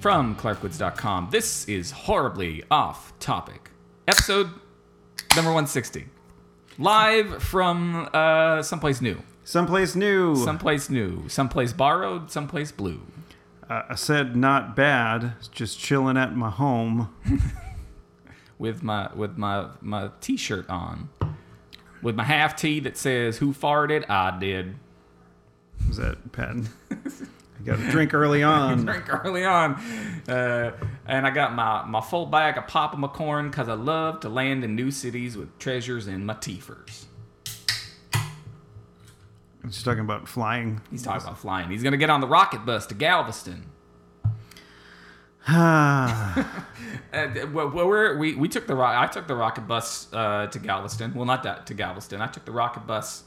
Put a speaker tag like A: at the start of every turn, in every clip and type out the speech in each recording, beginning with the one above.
A: From clarkwoods.com, this is Horribly Off Topic, episode number 160. Live from uh, someplace new.
B: Someplace new.
A: Someplace new. Someplace borrowed, someplace blue.
B: Uh, I said not bad. Just chilling at my home.
A: With my with my my t shirt on. With my half tee that says who farted? I did.
B: Was that Patton? I got a drink early on.
A: drink early on. Uh, and I got my, my full bag of Papa McCorn because I love to land in new cities with treasures in my teefers.
B: She's talking about flying.
A: He's talking about flying. He's going to get on the rocket bus to Galveston.
B: Ah,
A: Uh, th- well, well, we're, we, we took the ro- I took the rocket bus uh, to Galveston. Well, not that to Galveston. I took the rocket bus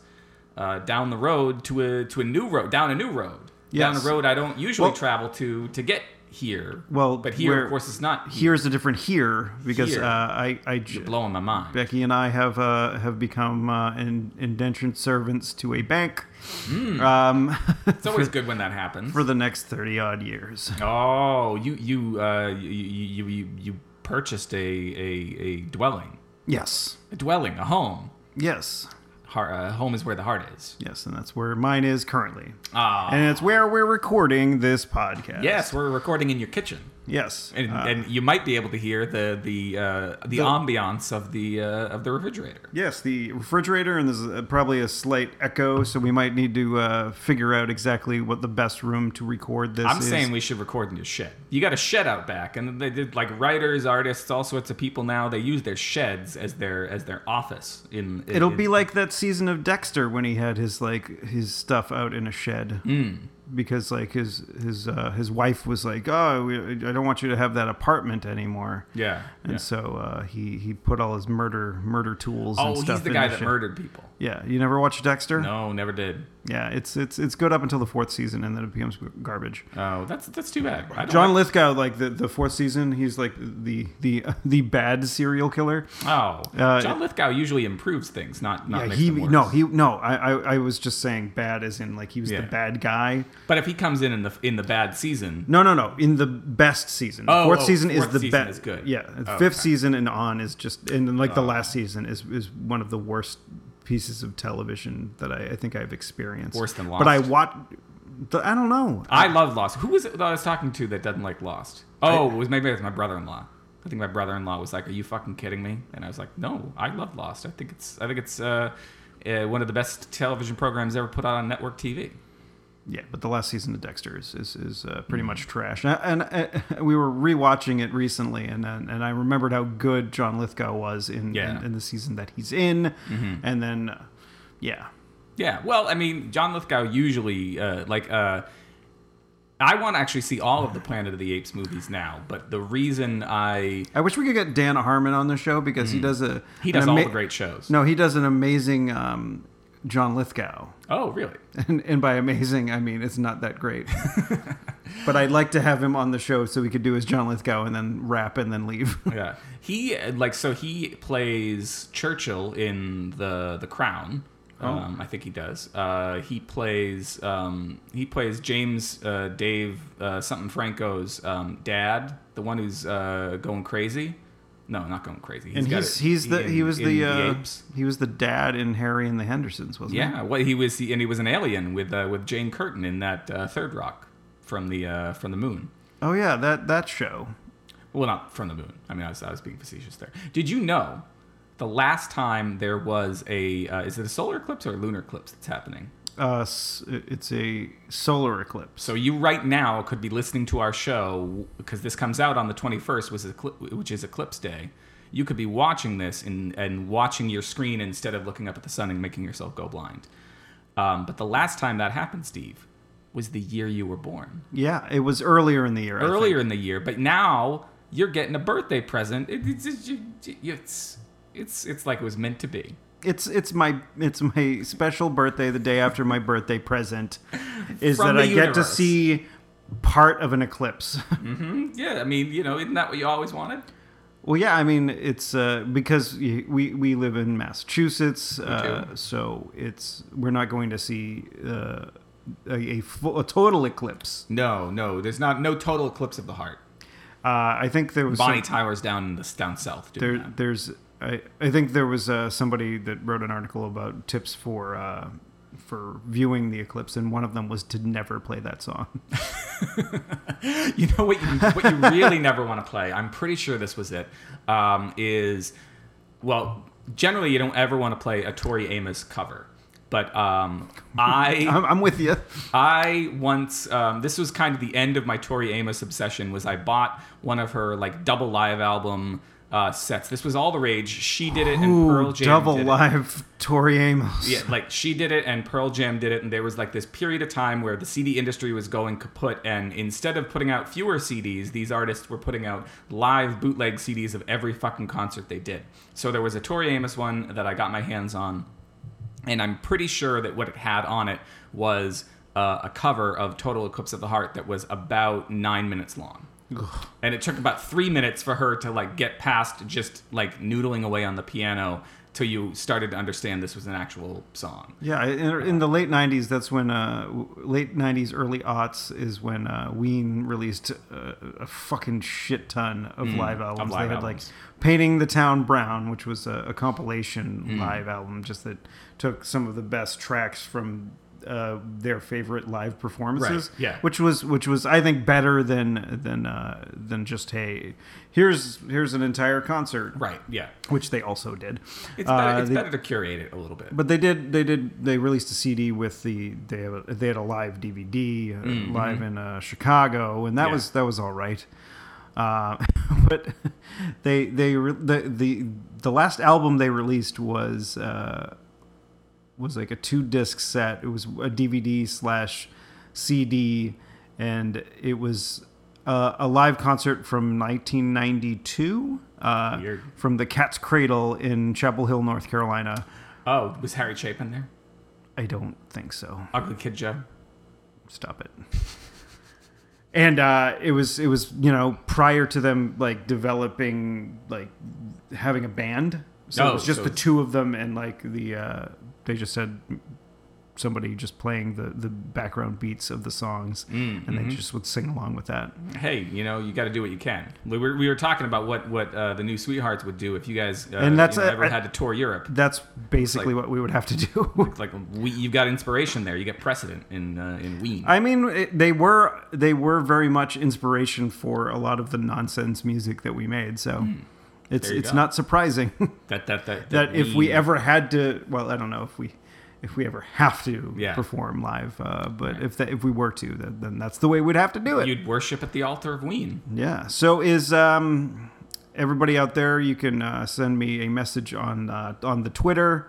A: uh, down the road to a to a new road, down a new road, down
B: Yes.
A: a road I don't usually
B: Well-
A: travel to to get here.
B: Well,
A: but here,
B: we're-
A: of course, it's not. Here,
B: here's a different here because
A: Here.
B: Uh, I, I j-
A: blowing my mind.
B: Becky and I have uh, have become uh, in, indentured servants to a bank
A: Hmm.
B: um,
A: It's always good when that happens.
B: for the next thirty odd years.
A: Oh, you you uh you you you, you purchased a, a a dwelling,
B: Yes,
A: a dwelling, a home.
B: yes,
A: Heart, uh, home is where the heart is.
B: yes, and that's where mine is currently,
A: Ah,
B: and it's where we're recording this podcast.
A: yes, we're recording in your kitchen,
B: yes,
A: and,
B: Uh,
A: and you might be able to hear the the uh, the ambiance of the uh, of the refrigerator.
B: Yes, the refrigerator, and there's uh, probably a slight echo, so we might need to uh, figure out exactly what the best room to record this
A: I'm
B: is.
A: saying we should record in your shed. You got a shed out back, and they did like writers, artists, all sorts of people now. They use their sheds as their as their office. In, in
B: It'll
A: in-
B: be like that season of Dexter when he had his like his stuff out in a shed
A: Mm.
B: because like his his uh, his wife was like, "Oh, we, I don't want you to have that apartment anymore."
A: yeah.
B: And
A: yeah.
B: so uh, he he put all his murder murder tools
A: Oh,
B: and
A: he's
B: stuff
A: the
B: in
A: guy
B: the
A: that
B: shed.
A: murdered people.
B: Yeah, you never watched Dexter?
A: No, never did.
B: Yeah, it's it's it's good up until the fourth season and then it becomes garbage.
A: Oh, that's that's too bad. I don't
B: John
A: like-
B: Lithgow, like the, the fourth season, he's like the the the bad serial killer.
A: oh,
B: uh,
A: John Lithgow usually improves things, not not
B: Yeah,
A: makes
B: he
A: them worse.
B: no he no. I, I I was just saying bad as in like he was
A: Yeah.
B: the bad guy.
A: But if he comes in in the in the bad season,
B: No no no. In the best season, The
A: Oh,
B: fourth
A: oh,
B: season
A: fourth
B: is the
A: season
B: best.
A: is good.
B: Yeah,
A: Oh,
B: fifth
A: okay. Oh.
B: season and on is just and then like the last season is is one of the worst pieces of television that I, I think I've experienced.
A: Worse than
B: But I
A: Lost.
B: watch. I don't know.
A: I love Lost. Who was it that I was talking to that doesn't like Lost? Oh, it was maybe it was my brother-in-law. I think my brother-in-law was like, "Are you fucking kidding me?" And I was like, "No, I love Lost. I think it's I think it's uh, uh, one of the best television programs ever put out on network TV."
B: Yeah, but the last season of Dexter is is, is uh, pretty
A: Mm-hmm.
B: much trash. And, and uh, we were rewatching it recently, and and, and I remembered how good John Lithgow was in
A: Yeah. Mm-hmm.
B: in, in the season that he's in, and then uh, yeah,
A: Yeah, well, I mean, John Lithgow usually uh, like uh, I want to actually see all of the Planet of the Apes movies now, but the reason I
B: I wish we could get Dan Harmon on the show because he does a
A: Mm. he
B: an
A: does all
B: ama-
A: the great shows.
B: No, he does an amazing um, John Lithgow,
A: Oh, really?
B: and, and by amazing I mean it's not that great. But I'd like to have him on the show so we could do his John Lithgow and then rap and then leave.
A: yeah. He uh, like so he plays Churchill in the The Crown.
B: Oh.
A: Um, I think he does. Uh, he plays um, he plays James uh, Dave uh, something Franco's um, dad, the one who's uh, going crazy. No, not going crazy.
B: and
A: got
B: he's
A: it
B: he's the
A: in-
B: he was
A: in
B: the, uh, he was the dad in Harry and the Hendersons, wasn't he?
A: Yeah, well, he was, he, and he was an alien with uh, with Jane Curtin in that uh, Third Rock from the uh, from the moon.
B: Oh yeah, that that show.
A: Well, not from the moon. I mean, I was, I was being facetious there. Did you know the last time there was a uh, is it a solar eclipse or a lunar eclipse that's happening?
B: Uh, s- it's a solar eclipse.
A: So you right now could be listening to our show because this comes out on the 21st, which is, eclip- which is Eclipse Day. You could be watching this and, and watching your screen instead of looking up at the sun and making yourself go blind. Um, but the last time that happened, Steve, was the year you were born.
B: Yeah, it was earlier in the year. I think.
A: earlier in the year, but now you're getting a birthday present. It, it's, it's, it's it's it's like it was meant to be.
B: It's it's my it's my special birthday. The day after my birthday present is
A: From
B: that I
A: the
B: get to
A: universe.
B: see part of an eclipse.
A: Mm-hmm. Yeah, I mean, you know, isn't that what you always wanted?
B: well, yeah, I mean it's uh, because y- we we live in Massachusetts, uh, so it's we're not going to see uh, a, a full a total eclipse.
A: No, no, there's not no total eclipse of the heart.
B: Uh, I think there was
A: Bonnie
B: some-
A: Tyler's down in the down south doing
B: there,
A: that.
B: there's I, I think there was uh, somebody that wrote an article about tips for uh, for viewing the eclipse, and one of them was to never play that song.
A: you know what you, what you really never want to play i'm pretty sure this was it um, is well generally you don't ever want to play a tori amos cover but um, i
B: I'm, I'm with you.
A: i once um, this was kind of the end of my tori amos obsession was i bought one of her like double live album uh, sets this was all the rage she did it and pearl jam
B: double
A: did it.
B: live Tori Amos.
A: Yeah, like she did it and Pearl Jam did it, and there was like this period of time where the CD industry was going kaput, and instead of putting out fewer CDs, these artists were putting out live bootleg CDs of every fucking concert they did. So there was a Tori Amos one that I got my hands on, and I'm pretty sure that what it had on it was uh, a cover of Total Eclipse of the Heart that was about nine minutes long. And it took about three minutes for her to like get past just like noodling away on the piano till you started to understand this was an actual song.
B: Yeah, in, in the late '90s, that's when uh, w- late '90s, early aughts is when uh, Ween released uh, a fucking shit ton of live albums.
A: Mm, live
B: they had
A: albums.
B: like "Painting the Town Brown," which was a, a compilation
A: Mm.
B: live album, just that took some of the best tracks from uh, their favorite live performances.
A: yeah.
B: which was which was I think better than than uh, than just hey, here's here's an entire concert,
A: Right. Yeah.
B: which they also did.
A: It's better,
B: Uh,
A: it's
B: they-
A: better to curate it a little bit.
B: but they did. They did. They released a CD with the. They have a, they had a live DVD uh, live in uh, Chicago, and that
A: Mm-hmm. Yeah.
B: was that was all right. Uh, but they they re- the the the last album they released was uh, was like a two disc set. It was a DVD slash CD, and it was uh, a live concert from 1992 uh,
A: Weird.
B: from the Cat's Cradle in Chapel Hill, North Carolina.
A: Oh, was Harry Chapin there?
B: I don't think so.
A: Ugly Kid Joe.
B: Stop it. And uh, it was it was you know prior to them like developing like having a band, so
A: Oh,
B: it was just
A: so
B: the
A: it's-
B: two of them and like the uh, they just had somebody just playing the the background beats of the songs,
A: Mm,
B: and
A: mm-hmm.
B: they just would sing along with that.
A: Hey, you know, you got to do what you can. We were, we were talking about what what uh, the new sweethearts would do if you guys uh,
B: And that's
A: you know,
B: a-
A: ever
B: I-
A: had to tour Europe.
B: That's basically what we would have to do.
A: Like we, you've got inspiration there. You get precedent in uh, in Wien.
B: I mean, it, they were they were very much inspiration for a lot of the nonsense music that we made. So it's
A: Hmm. There you
B: it's
A: go.
B: not surprising.
A: that that that,
B: that if we
A: Wien-
B: ever had to well i don't know if we if we ever have to
A: Yeah.
B: perform live uh, but if that if we were to then, then that's the way we'd have to do it
A: you'd worship at the altar of Wien.
B: yeah so is um everybody out there you can uh, send me a message on uh, on the twitter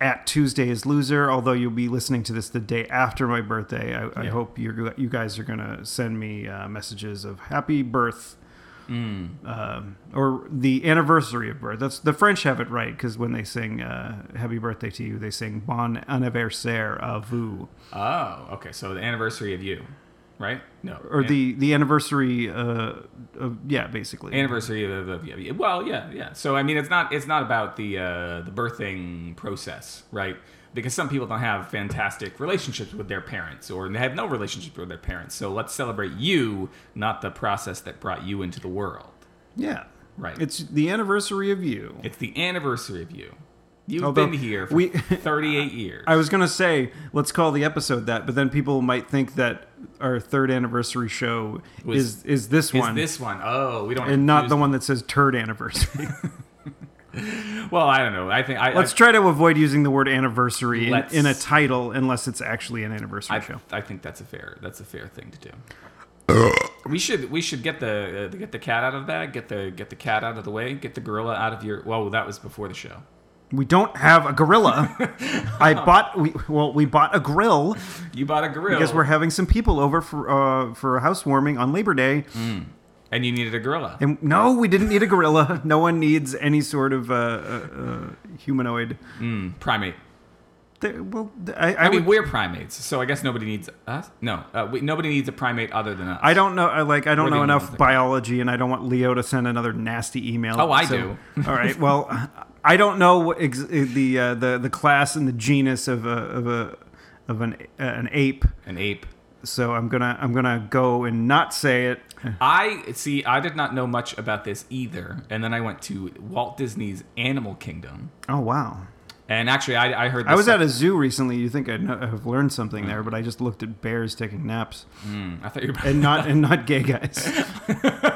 B: At Tuesday is loser. Although you'll be listening to this the day after my birthday, I, I
A: Yeah.
B: hope you you guys are gonna send me uh, messages of happy birth um, or the anniversary of birth. That's the French have it right because when they sing uh, "Happy Birthday to You," they sing "Bon anniversaire à vous,"
A: Oh, okay. So the anniversary of you, right? No.
B: or
A: An-
B: the the anniversary uh, of yeah, basically.
A: anniversary of, of, yeah, yeah. well, yeah, yeah. So I mean, it's not it's not about the uh, the birthing process, right? Because some people don't have fantastic relationships with their parents, or they have no relationship with their parents. So let's celebrate you, not the process that brought you into the world.
B: yeah,
A: Right.
B: It's the anniversary of you.
A: It's the anniversary of you. You've
B: Although
A: been here for
B: we-
A: 38 years.
B: I was gonna say let's call the episode that, but then people might think that our third anniversary show
A: Was-
B: is is this
A: is
B: one
A: this one? Oh, we don't.
B: and not
A: use-
B: the one that says turd anniversary.
A: Well, I don't know. I think I,
B: let's try to avoid using the word anniversary in,
A: Let's-
B: in a title unless it's actually an anniversary
A: I,
B: show.
A: I think that's a fair that's a fair thing to do. we should we should get the uh, get the cat out of the bag. Get the get the cat out of the way. Get the gorilla out of your. Well, that was before the show.
B: We don't have a gorilla. I bought we well we bought a grill
A: You bought a gorilla
B: because we're having some people over for uh, for a housewarming on Labor Day.
A: and you needed a gorilla.
B: And no, we didn't need a gorilla. No one needs any sort of uh, uh, uh, humanoid.
A: Primate.
B: There- well, I, I,
A: I mean,
B: would-
A: we're primates, so I guess nobody needs us. No, uh, we, nobody needs a primate other than us.
B: I don't know. I like. I don't
A: We're the
B: know
A: only ones
B: enough
A: that-
B: biology, and I don't want Leo to send another nasty email.
A: Oh, I
B: do. all right. Well, I don't know what ex- eh, the uh, the the class and the genus of a of a of eh, an an ape.
A: An ape.
B: so I'm gonna I'm gonna go and not say it.
A: I see. I did not know much about this either, and then I went to Walt Disney's Animal Kingdom,
B: Oh wow!
A: and actually, I, I heard. This
B: I was at a zoo recently. You think I'd know, have learned something there? But I just looked at bears taking naps
A: Mm, I thought you were.
B: and not and not gay guys.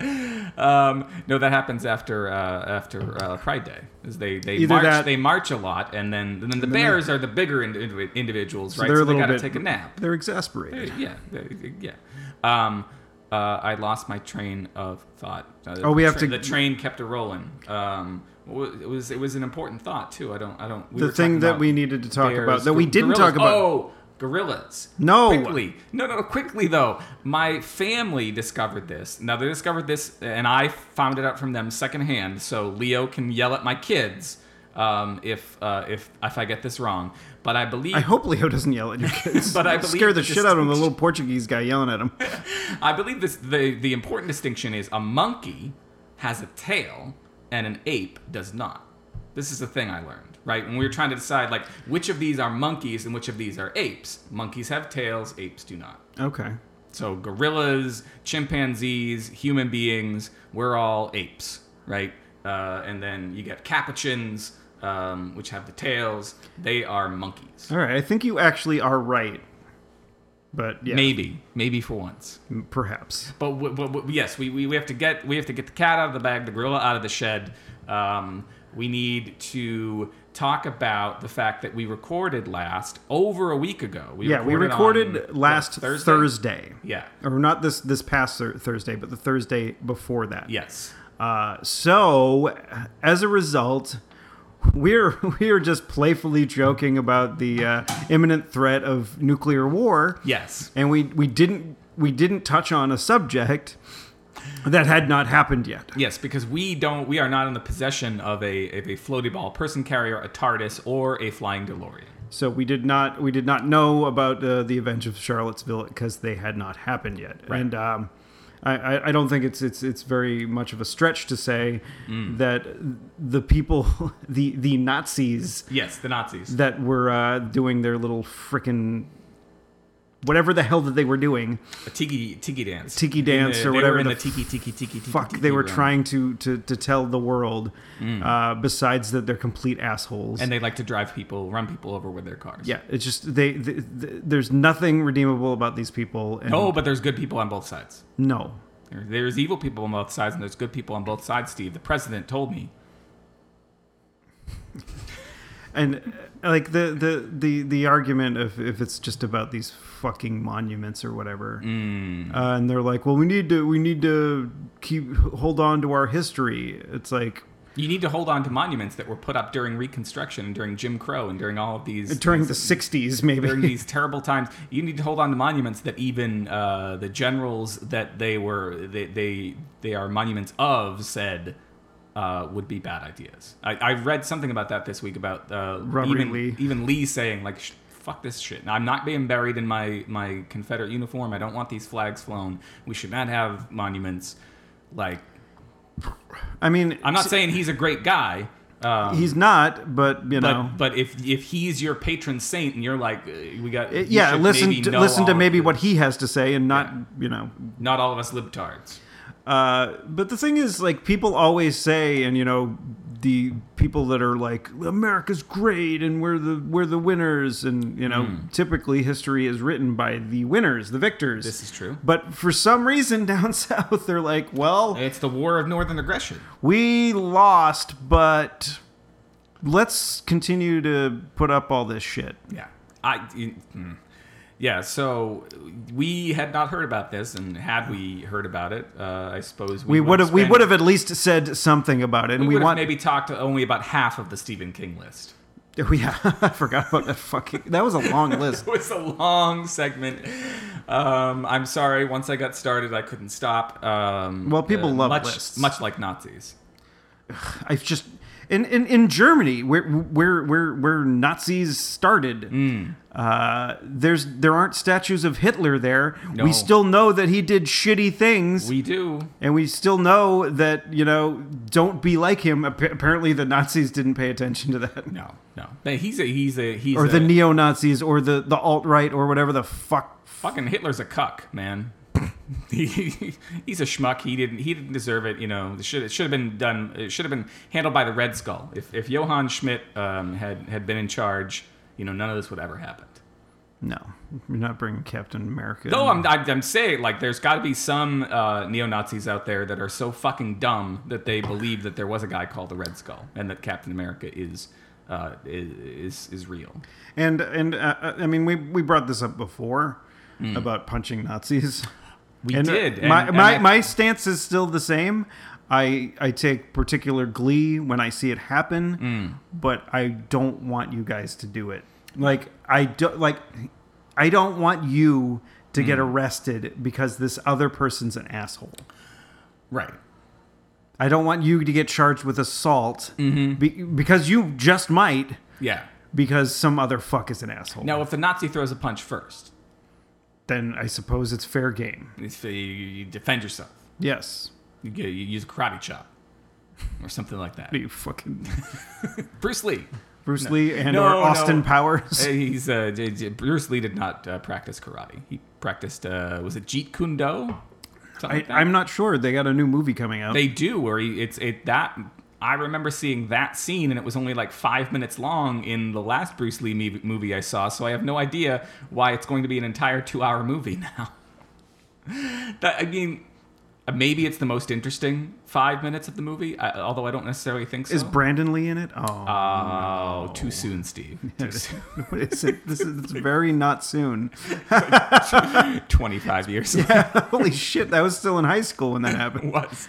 A: Um, no, that happens after uh, after uh, Pride Day. Is they they
B: Either
A: march
B: that-
A: they march a lot, and then and then the bears are the bigger indi- indi- individuals, right?
B: they're a
A: so they
B: little
A: gotta
B: bit-
A: take a nap.
B: They're exasperated.
A: Yeah, yeah. yeah. Um, uh, I lost my train of thought. Uh, the
B: Oh, we have
A: train-
B: to-
A: The train kept a rolling. Um, what was- it was it was an important thought too. I don't I don't. We
B: The
A: were
B: thing
A: talking
B: that
A: about
B: we needed to talk
A: bears,
B: about that we
A: gor-
B: didn't
A: gorillas.
B: talk about.
A: Oh, gorillas.
B: No.
A: Quickly. No, no, quickly though. My family discovered this. Now they discovered this, and I found it out from them secondhand. So Leo can yell at my kids um, if uh, if if I get this wrong. But I believe
B: I hope Leo doesn't yell at your kids.
A: But I
B: It'll
A: believe
B: scare the
A: the
B: shit out of him. The little Portuguese guy yelling at him.
A: I believe this. The the important distinction is a monkey has a tail and an ape does not. This is the thing I learned. Right when we were trying to decide like which of these are monkeys and which of these are apes. Monkeys have tails, apes do not.
B: Okay.
A: So gorillas, chimpanzees, human beings, we're all apes, right? Uh, and then you get capuchins, um, which have the tails. They are monkeys.
B: All right. I think you actually are right. But yeah,
A: Maybe, maybe for once.
B: perhaps.
A: But, w- but, but yes, we, we, we have to get we have to get the cat out of the bag, the gorilla out of the shed. Um, we need to talk about the fact that we recorded last over a week ago. We
B: Yeah, we
A: on,
B: recorded
A: what,
B: last Thursday?
A: Yeah.
B: Or not this this past thur- Thursday, but the Thursday before that.
A: Yes.
B: Uh, so as a result, we're we're just playfully joking about the uh, imminent threat of nuclear war.
A: Yes.
B: and we we didn't we didn't touch on a subject that had not happened yet.
A: Yes, because we don't we are not in the possession of a of a floaty ball person carrier, a TARDIS, or a flying DeLorean.
B: So we did not we did not know about uh, the events of Charlottesville because they had not happened yet, and um, I, I I don't think it's it's it's very much of a stretch to say that the people the the Nazis
A: Yes, the Nazis.
B: that were uh, doing their little frickin' whatever the hell that they were doing
A: A tiki tiki dance.
B: Tiki
A: In the-
B: dance or
A: they
B: whatever
A: Were in
B: the
A: the tiki tiki tiki tiki.
B: fuck
A: tiki
B: they were
A: room.
B: trying to to, to tell the world uh, besides that they're complete assholes
A: and they like to drive people, run people over with their cars.
B: yeah it's just they, th th there's nothing redeemable about these people and
A: Oh, but there's good people on both sides.
B: no
A: There- There's evil people on both sides, and there's good people on both sides. Steve, the president told me.
B: and uh, like the the the the argument of if it's just about these fucking monuments or whatever
A: Mm.
B: uh, and they're like well we need to we need to keep hold on to our history it's like
A: You need to hold on to monuments that were put up during Reconstruction and during Jim Crow and during all of these
B: during the 60s maybe
A: during these terrible times. You need to hold on to monuments that even uh, the generals that they were they they, they are monuments of said uh, would be bad ideas. I, I read something about that this week about uh,
B: Robert E.
A: even
B: Lee.
A: even Lee saying like. "Sh- Fuck this shit. I'm not being buried in my, my Confederate uniform. I don't want these flags flown. We should not have monuments. Like,
B: i mean
A: I'm not saying he's a great guy. Um,
B: he's not but
A: but
B: you know
A: but if if he's your patron saint and you're like uh, we got you
B: yeah,
A: should
B: listen
A: maybe
B: to,
A: know
B: listen
A: all
B: to
A: of
B: maybe
A: this.
B: what he has to say and not, you know.
A: not all of us libtards.
B: Uh, but the thing is, like, people always say, and, you know, the people that are like, America's great and we're the, we're the winners. And, you know,
A: Hmm.
B: typically history is written by the winners, the victors.
A: This is true.
B: But for some reason down south, they're like, well,
A: It's the war of northern aggression.
B: we lost, but let's continue to put up all this shit.
A: Yeah. I you- mm. yeah. So we had not heard about this, and had we heard about it, uh, I suppose
B: We would have, we
A: spent-
B: would have at least said something about it. And
A: we
B: we,
A: would have
B: want
A: maybe talked only about half of the Stephen King list.
B: Oh yeah, I forgot about that fucking. That was a long list.
A: It was a long segment. Um, I'm sorry. Once I got started, I couldn't stop. Um,
B: Well, people love
A: much,
B: lists.
A: much like Nazis.
B: I've just in, in, in Germany, where where where where Nazis started, uh, there's there aren't statues of Hitler there.
A: No.
B: We still know that he did shitty things,
A: We do.
B: and we still know that you know don't be like him. Appa- Apparently, the Nazis didn't pay attention to that,
A: No, no. But he's a he's a he's
B: or
A: a,
B: the neo Nazis, or the the alt right, or whatever the fuck.
A: fucking Hitler's a cuck, man. he, he's a schmuck. He didn't he didn't deserve it. You know, it should it should have been done. It should have been handled by the Red Skull. If if Johann Schmidt um, had had been in charge, you know, none of this would ever happened.
B: No, you're not bringing Captain America.
A: No, I'm I'm, I'm saying like there's got to be some uh, neo Nazis out there that are so fucking dumb that they believe that there was a guy called the Red Skull and that Captain America is. Uh, i- is is real.
B: And and uh, uh, I mean, we we brought this up before about punching Nazis.
A: Hmm. We
B: and, uh,
A: did. and-
B: my
A: and
B: my,
A: I-
B: my stance is still the same. I I take particular glee when I see it
A: Hmm.
B: happen, but I don't want you guys to do it. Like I don't like I don't want you to
A: Hmm.
B: get arrested because this other person's an asshole.
A: right.
B: I don't want you to get charged with assault
A: Mm-hmm.
B: be- because you just might
A: Yeah.
B: because some other fuck is an asshole.
A: Now, if the Nazi throws a punch first,
B: then I suppose it's fair game.
A: It's, you, you defend yourself.
B: Yes.
A: You, get, you use a karate chop or something like that.
B: What are you fucking
A: Bruce Lee.
B: Bruce Lee and
A: No,
B: or
A: no.
B: Austin Powers?
A: He's uh, J- J- Bruce Lee did not uh, practice karate. He practiced uh, was it Jeet Kune Do? Something
B: I,
A: like that.
B: I'm not sure. They got a new movie coming out.
A: They do where he, it's it that I remember seeing that scene and it was only like five minutes long in the last Bruce Lee me- movie I saw, so I have no idea why it's going to be an entire two-hour movie now. that I mean. uh, Maybe it's the most interesting five minutes of the movie, I, although I don't necessarily think so.
B: is Brandon Lee in it? Oh,
A: Oh, too soon, Steve. Too soon.
B: what is it? This is it's very not soon.
A: 25 years
B: Holy shit! I was still in high school when that happened.
A: was.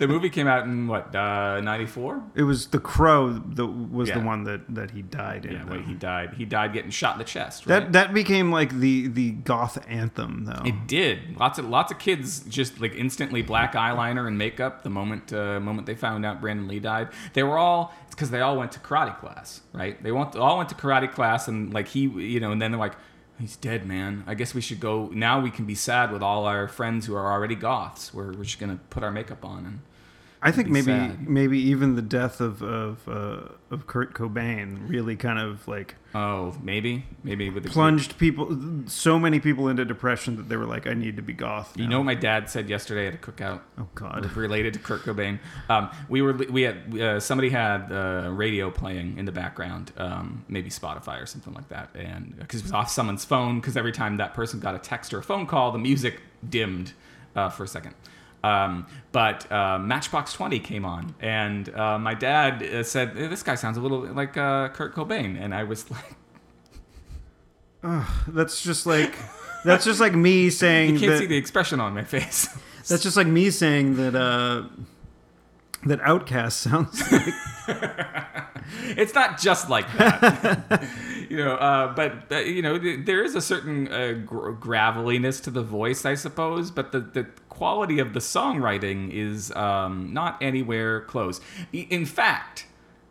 A: The movie came out in what, uh, 94?
B: It was The Crow that was
A: Yeah.
B: the one that that he died in.
A: Yeah,
B: though.
A: wait, he died. He died getting shot in the chest, right?
B: that that became like the the goth anthem though.
A: it did. Lots of lots of kids just like instantly black eyeliner and makeup the moment uh, moment they found out Brandon Lee died. They were all it's because they all went to karate class, right? They went, all went to karate class and like he, you know, and then they're like, he's dead, man. I guess we should go. Now we can be sad with all our friends who are already goths. We're we're just gonna put our makeup on and
B: I think
A: be
B: maybe
A: sad.
B: maybe even the death of of uh, of Kurt Cobain really kind of like
A: Oh, maybe, maybe with the
B: plunged people so many people into depression that they were like, I need to be goth.
A: You
B: now."
A: know what my dad said yesterday at a cookout
B: oh god.
A: related to Kurt Cobain. Um, we were we had uh, somebody had uh, radio playing in the background, um, maybe Spotify or something like that, and because it was off someone's phone. Because every time that person got a text or a phone call, the music dimmed uh, for a second. Um, but uh, Matchbox Twenty came on, and uh, my dad uh, said, "Eh, "This guy sounds a little like uh, Kurt Cobain," and I was like,
B: That's just like that's just like me saying
A: "You can't
B: that,
A: see the expression on my face."
B: that's just like me saying that uh that Outcast sounds like
A: it's not just like that, you know. Uh, but uh, you know, th- there is a certain uh, gr- graveliness to the voice, I suppose. But the the quality of the songwriting is um, not anywhere close. I- In fact.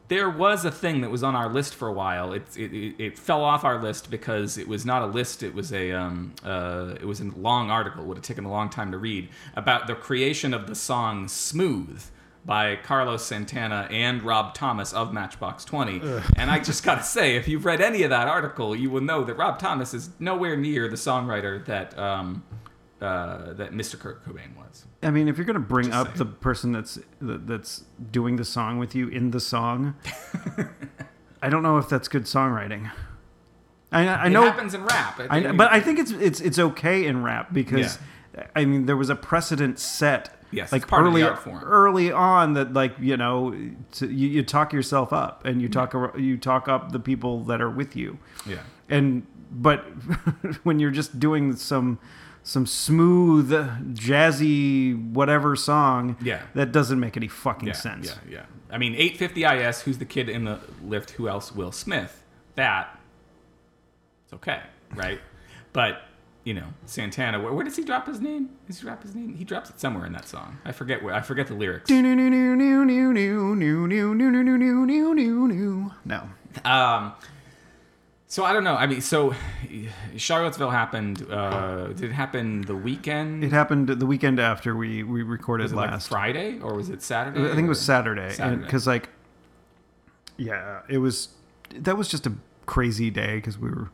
A: There was a thing that was on our list for a while. It, it, it- it fell off our list because it was not a list. It was a um, uh, it was a long article. Would have taken a long time to read about the creation of the song "Smooth" by Carlos Santana and Rob Thomas of Matchbox 20. And I just got to say, if you've read any of that article, you will know that Rob Thomas is nowhere near the songwriter that um, uh, that Mr. Kurt Cobain was.
B: I mean, if you're gonna bring up
A: saying.
B: the person that's that, that's doing the song with you in the song, I don't know if that's good songwriting. I, I
A: It
B: know,
A: happens in rap.
B: I, but I think it's it's it's okay in rap because I mean there was a precedent set
A: Yes,
B: like
A: it's part of the
B: early
A: art form.
B: early on that like you know to, you, you talk yourself up and you talk ar- you talk up the people that are with you
A: yeah.
B: and but when you're just doing some some smooth jazzy whatever song
A: Yeah.
B: that doesn't make any fucking
A: yeah,
B: sense
A: Yeah, yeah. I mean, 850 IS, who's the kid in the lift? Who else? Will Smith. That. It's okay, right? But you know Santana. Where, where does he drop his name? Does he drop his name? He drops it somewhere in that song. I forget where. I forget the lyrics.
B: No.
A: Um, so I don't know. I mean, so Charlottesville happened. Uh, did it happen the weekend?
B: It happened the weekend after we, we recorded
A: was it like
B: last.
A: Friday or was it Saturday?
B: I think it was
A: or-
B: Saturday.
A: Saturday.
B: Because, like, yeah, it was, that was just a crazy day because we were,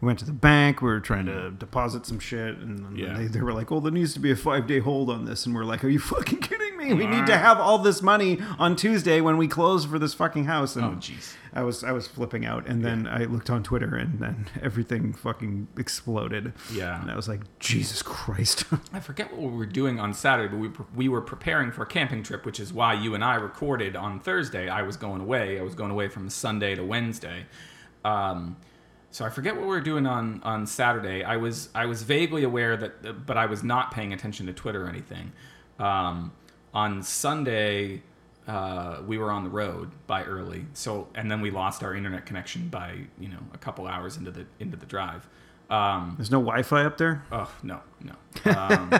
B: we went to the bank, we were trying to deposit some shit, and then
A: Mm. Yeah.
B: they, they were like, oh, there needs to be a five day hold on this. And we're like, are you fucking kidding me? We need to have all this money on Tuesday when we close for this fucking house. And
A: Oh jeez.
B: I was I was flipping out, and then I looked on Twitter, and then everything fucking exploded.
A: Yeah.
B: and I was like, Jesus Christ!
A: I forget what we were doing on Saturday, but we, pre- we were preparing for a camping trip, which is why you and I recorded on Thursday. I was going away. I was going away from Sunday to Wednesday. Um, so I forget what we were doing on, on Saturday. I was I was vaguely aware that, but I was not paying attention to Twitter or anything. Um, on Sunday, uh, we were on the road by early. So and then we lost our internet connection by you know a couple hours into the into the drive. Um,
B: There's no Wi-Fi up there.
A: Oh no, no. Um,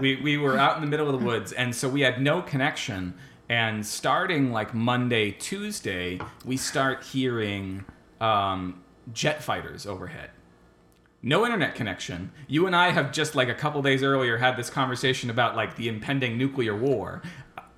A: we we were out in the middle of the woods, and so we had no connection. And starting like Monday, Tuesday, we start hearing um, jet fighters overhead. No internet connection. You and I have just like a couple days earlier had this conversation about like the impending nuclear war,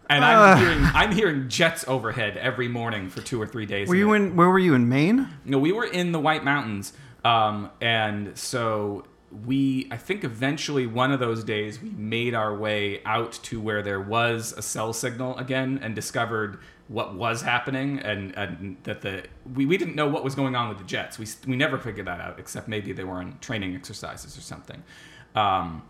A: and I'm
B: Ah.
A: hearing I'm hearing jets overhead every morning for two or three days.
B: Were
A: in
B: you
A: a-
B: in? Where were you in Maine?
A: no, we were in the White Mountains, um, and so we. I think eventually one of those days we made our way out to where there was a cell signal again, and discovered what was happening, and, and that the we, we didn't know what was going on with the jets. We we never figured that out, except maybe they were on training exercises or something. Um,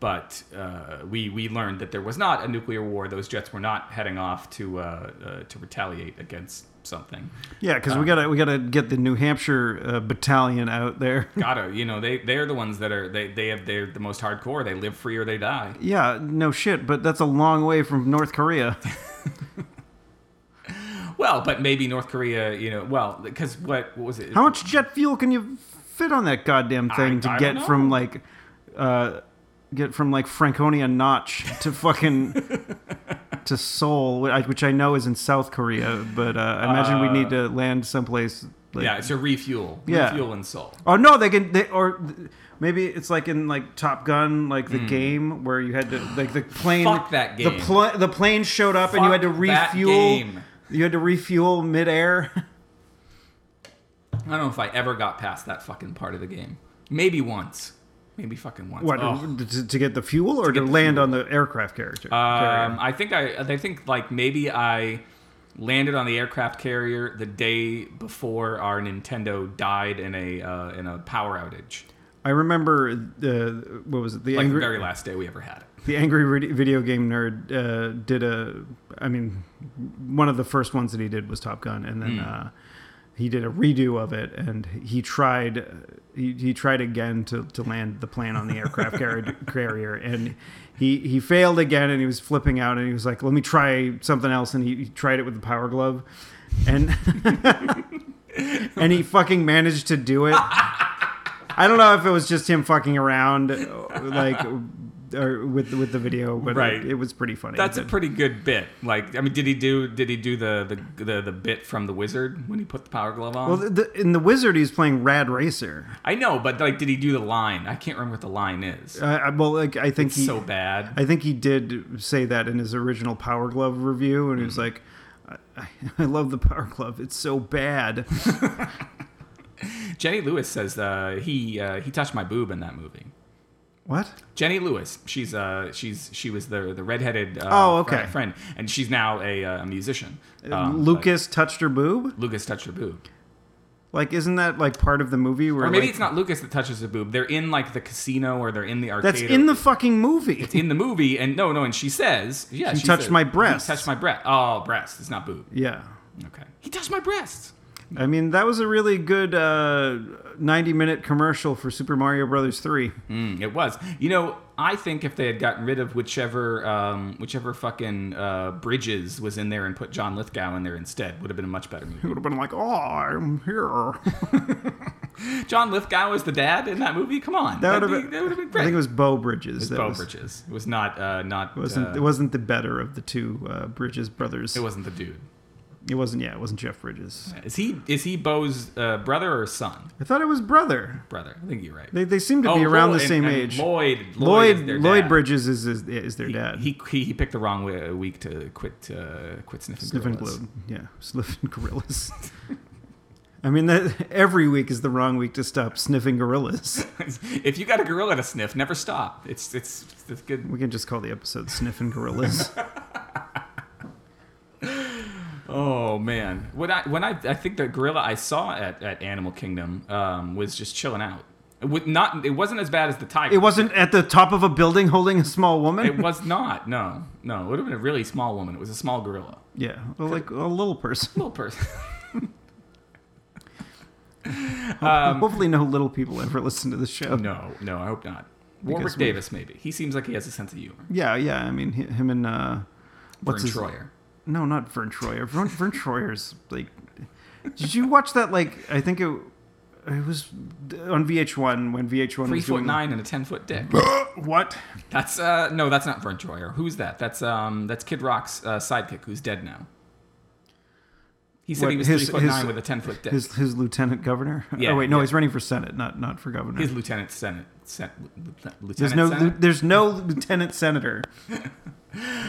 A: but uh, we we learned that there was not a nuclear war. Those jets were not heading off to uh, uh, to retaliate against something.
B: Yeah, because we gotta we gotta get the New Hampshire uh, battalion out there.
A: gotta you know they they're the ones that are they they have they're the most hardcore they live free or they die
B: yeah, no shit, but that's a long way from North Korea.
A: well but maybe north korea you know well because what what was it
B: How much jet fuel can you fit on that goddamn thing to
A: I
B: get
A: don't know.
B: from like, uh, get from like Franconia Notch to fucking to Seoul, wh- which I know is in South Korea, but uh, I imagine we need to land someplace. Like,
A: yeah it's a refuel
B: Yeah.
A: refuel and soul
B: Oh no, they can. They or th- maybe it's like in like Top Gun, like the game where you had to like the plane.
A: Hmm. Fuck that game.
B: The, pl- the plane showed up and you had to
A: Fuck that
B: refuel.
A: game.
B: You had to refuel midair.
A: i don't know if i ever got past that fucking part of the game maybe once maybe fucking once Oh,
B: What
A: Ugh.
B: to, to get the fuel or to,
A: the
B: land on the aircraft character?
A: Um, I think I, I think like maybe I landed on the aircraft carrier the day before our Nintendo died in a uh, in a power outage,
B: I remember the what was it? The
A: like the
B: angry
A: very last day we ever had it.
B: the angry Rid- video game nerd uh, did a. I mean, one of the first ones that he did was Top Gun, and then uh, he did a redo of it, and he tried. He, he tried again to, to land the plane on the aircraft carrier, carrier, and he he failed again, and he was flipping out, and he was like, "Let me try something else," and he, he tried it with the power glove, and and he fucking managed to do it. I don't know if it was just him fucking around, like, or with with the video, but
A: Right.
B: it, it was pretty funny.
A: That's a
B: But-
A: pretty good bit. Like, I mean, did he do did he do the the the, the bit from the wizard when he put the power glove on?
B: well, the, the, in the Wizard, he's playing Rad Racer.
A: I know, but like, did he do the line? I can't remember what the line is.
B: Uh, I- well, like I think he,
A: so bad.
B: I think he did say that in his original Power Glove review, and he was
A: Mm-hmm.
B: like, I, I, "I love the Power Glove. It's so bad."
A: Jenny Lewis says uh, he uh, he touched my boob in that movie.
B: what?
A: Jenny Lewis, she's uh she's she was the the redheaded uh,
B: Oh,
A: fri-
B: okay.
A: friend, and she's now a, uh, a musician. Um,
B: Lucas touched her boob.
A: but Lucas touched her boob,
B: Like, isn't that like part of the movie? Where
A: or maybe
B: like-
A: it's not Lucas that touches the boob. They're in like the casino or they're in the arcade.
B: that's
A: or-
B: in the fucking movie.
A: in the movie, and no, no, and she says, yeah,
B: He
A: she
B: touched
A: says,
B: my
A: "He
B: breasts."
A: touched my breast. Oh, breast. It's not boob.
B: yeah.
A: Okay. He touched my breasts.
B: I mean, that was a really good uh, 90 minute commercial for Super Mario Brothers 3.
A: Mm,
B: Hmm,
A: it was. You know, I think if they had gotten rid of whichever, um, whichever fucking uh, Bridges was in there and put John Lithgow in there instead, would have been a much better
B: It
A: movie.
B: would have been like, oh, I'm here.
A: John Lithgow is the dad in that movie. Come on,
B: That
A: That'd
B: would have
A: be-
B: been,
A: that would have been
B: I
A: great.
B: think it was Bow Bridges.
A: It's
B: that
A: Bo
B: was-
A: Bridges. It was not uh, not.
B: It wasn't
A: uh,
B: it wasn't the better of the two uh, Bridges brothers.
A: it wasn't the dude.
B: It wasn't. Yeah, it wasn't Jeff Bridges.
A: Is he is he Bo's uh, brother or son?
B: I thought it was brother.
A: Brother. I think you're right.
B: They, they seem to be around
A: Oh, Lloyd-
B: the same
A: and- and
B: age.
A: Lloyd. Lloyd.
B: Lloyd
A: is their
B: Lloyd
A: dad.
B: Bridges is is, is their
A: He,
B: dad.
A: he, he he picked the wrong way, week to quit uh, quit sniffing.
B: Sniffing
A: gorillas.
B: glue. Yeah, sniffing gorillas. I mean, that, every week is the wrong week to stop sniffing gorillas.
A: if you got a gorilla to sniff, never stop. It's it's, it's good.
B: We can just call the episode "Sniffing Gorillas."
A: Oh man, when I when I I think the gorilla I saw at, at Animal Kingdom um, was just chilling out. It would not. It wasn't as bad as the tiger.
B: it wasn't at the top of a building holding a small woman.
A: It was not. No, no. It would have been a really small woman. It was a small gorilla,
B: yeah, well, like a little person.
A: little person.
B: Hopefully, no little people ever listen to the show.
A: Um, no, no. I hope not. Warwick
B: Because we-
A: Davis, maybe. He seems like he has a sense of humor.
B: Yeah, yeah. I mean, hi- him and uh, what's
A: Vern
B: his?
A: Troyer.
B: No, not Vern Troyer. Vern, Vern Troyer's like. Did you watch that? Like, I think it. It was on VH1 when VH1
A: Three
B: was
A: foot
B: doing
A: nine and a ten foot dick.
B: What?
A: That's uh no, that's not Vern Troyer. Who's that? That's um that's Kid Rock's uh, sidekick who's dead now. He said
B: What,
A: he was
B: his-
A: three foot
B: his-
A: nine with a ten foot dick. His,
B: His his lieutenant governor.
A: Yeah,
B: oh wait, no,
A: yeah.
B: he's running for senate, not not for governor.
A: lieutenant senate, sen, lieutenant
B: there's no
A: senate?
B: there's no lieutenant senator,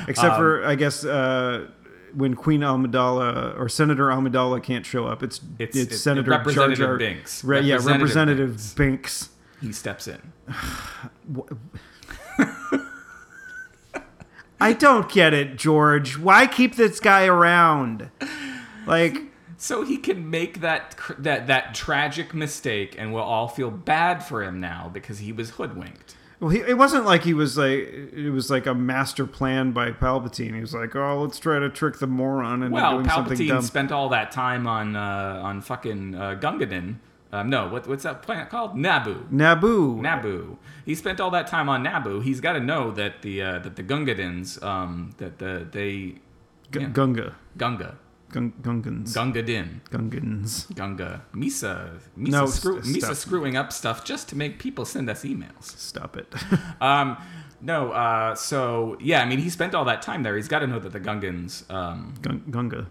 B: except
A: Um,
B: for I guess uh, when Queen Amidala or Senator Amidala can't show up, it's
A: It's-
B: it's,
A: it-
B: Senator
A: Representative
B: Jar Jar
A: Binks.
B: Re- yeah,
A: Representative
B: Representative Binks.
A: he steps in.
B: I don't get it, George. Why keep this guy around? Like,
A: So he can make that cr- that that tragic mistake, and we'll all feel bad for him now because he was hoodwinked.
B: well, he, it wasn't like he was like it was like a master plan by Palpatine. He was like, oh, let's try to trick the moron into
A: Well,
B: doing something
A: Palpatine
B: dumb.
A: spent all that time on uh, on fucking uh, Gungadin. Um, no, what, what's that planet called? Naboo.
B: Naboo.
A: Naboo. He spent all that time on Naboo. He's got to know that the uh, that the Gungadins um, that the they
B: G-
A: yeah.
B: Gunga.
A: Gunga
B: Gung- Gungans.
A: Gungadin
B: Gungans.
A: Gunga Misa Misa,
B: No,
A: screw,
B: s-
A: Misa
B: stop.
A: screwing up stuff just to make people send us emails.
B: Stop it.
A: Um, no, uh, so yeah, I mean he spent all that time there. He's got to know that the Gungans. Um,
B: Gung- Gunga.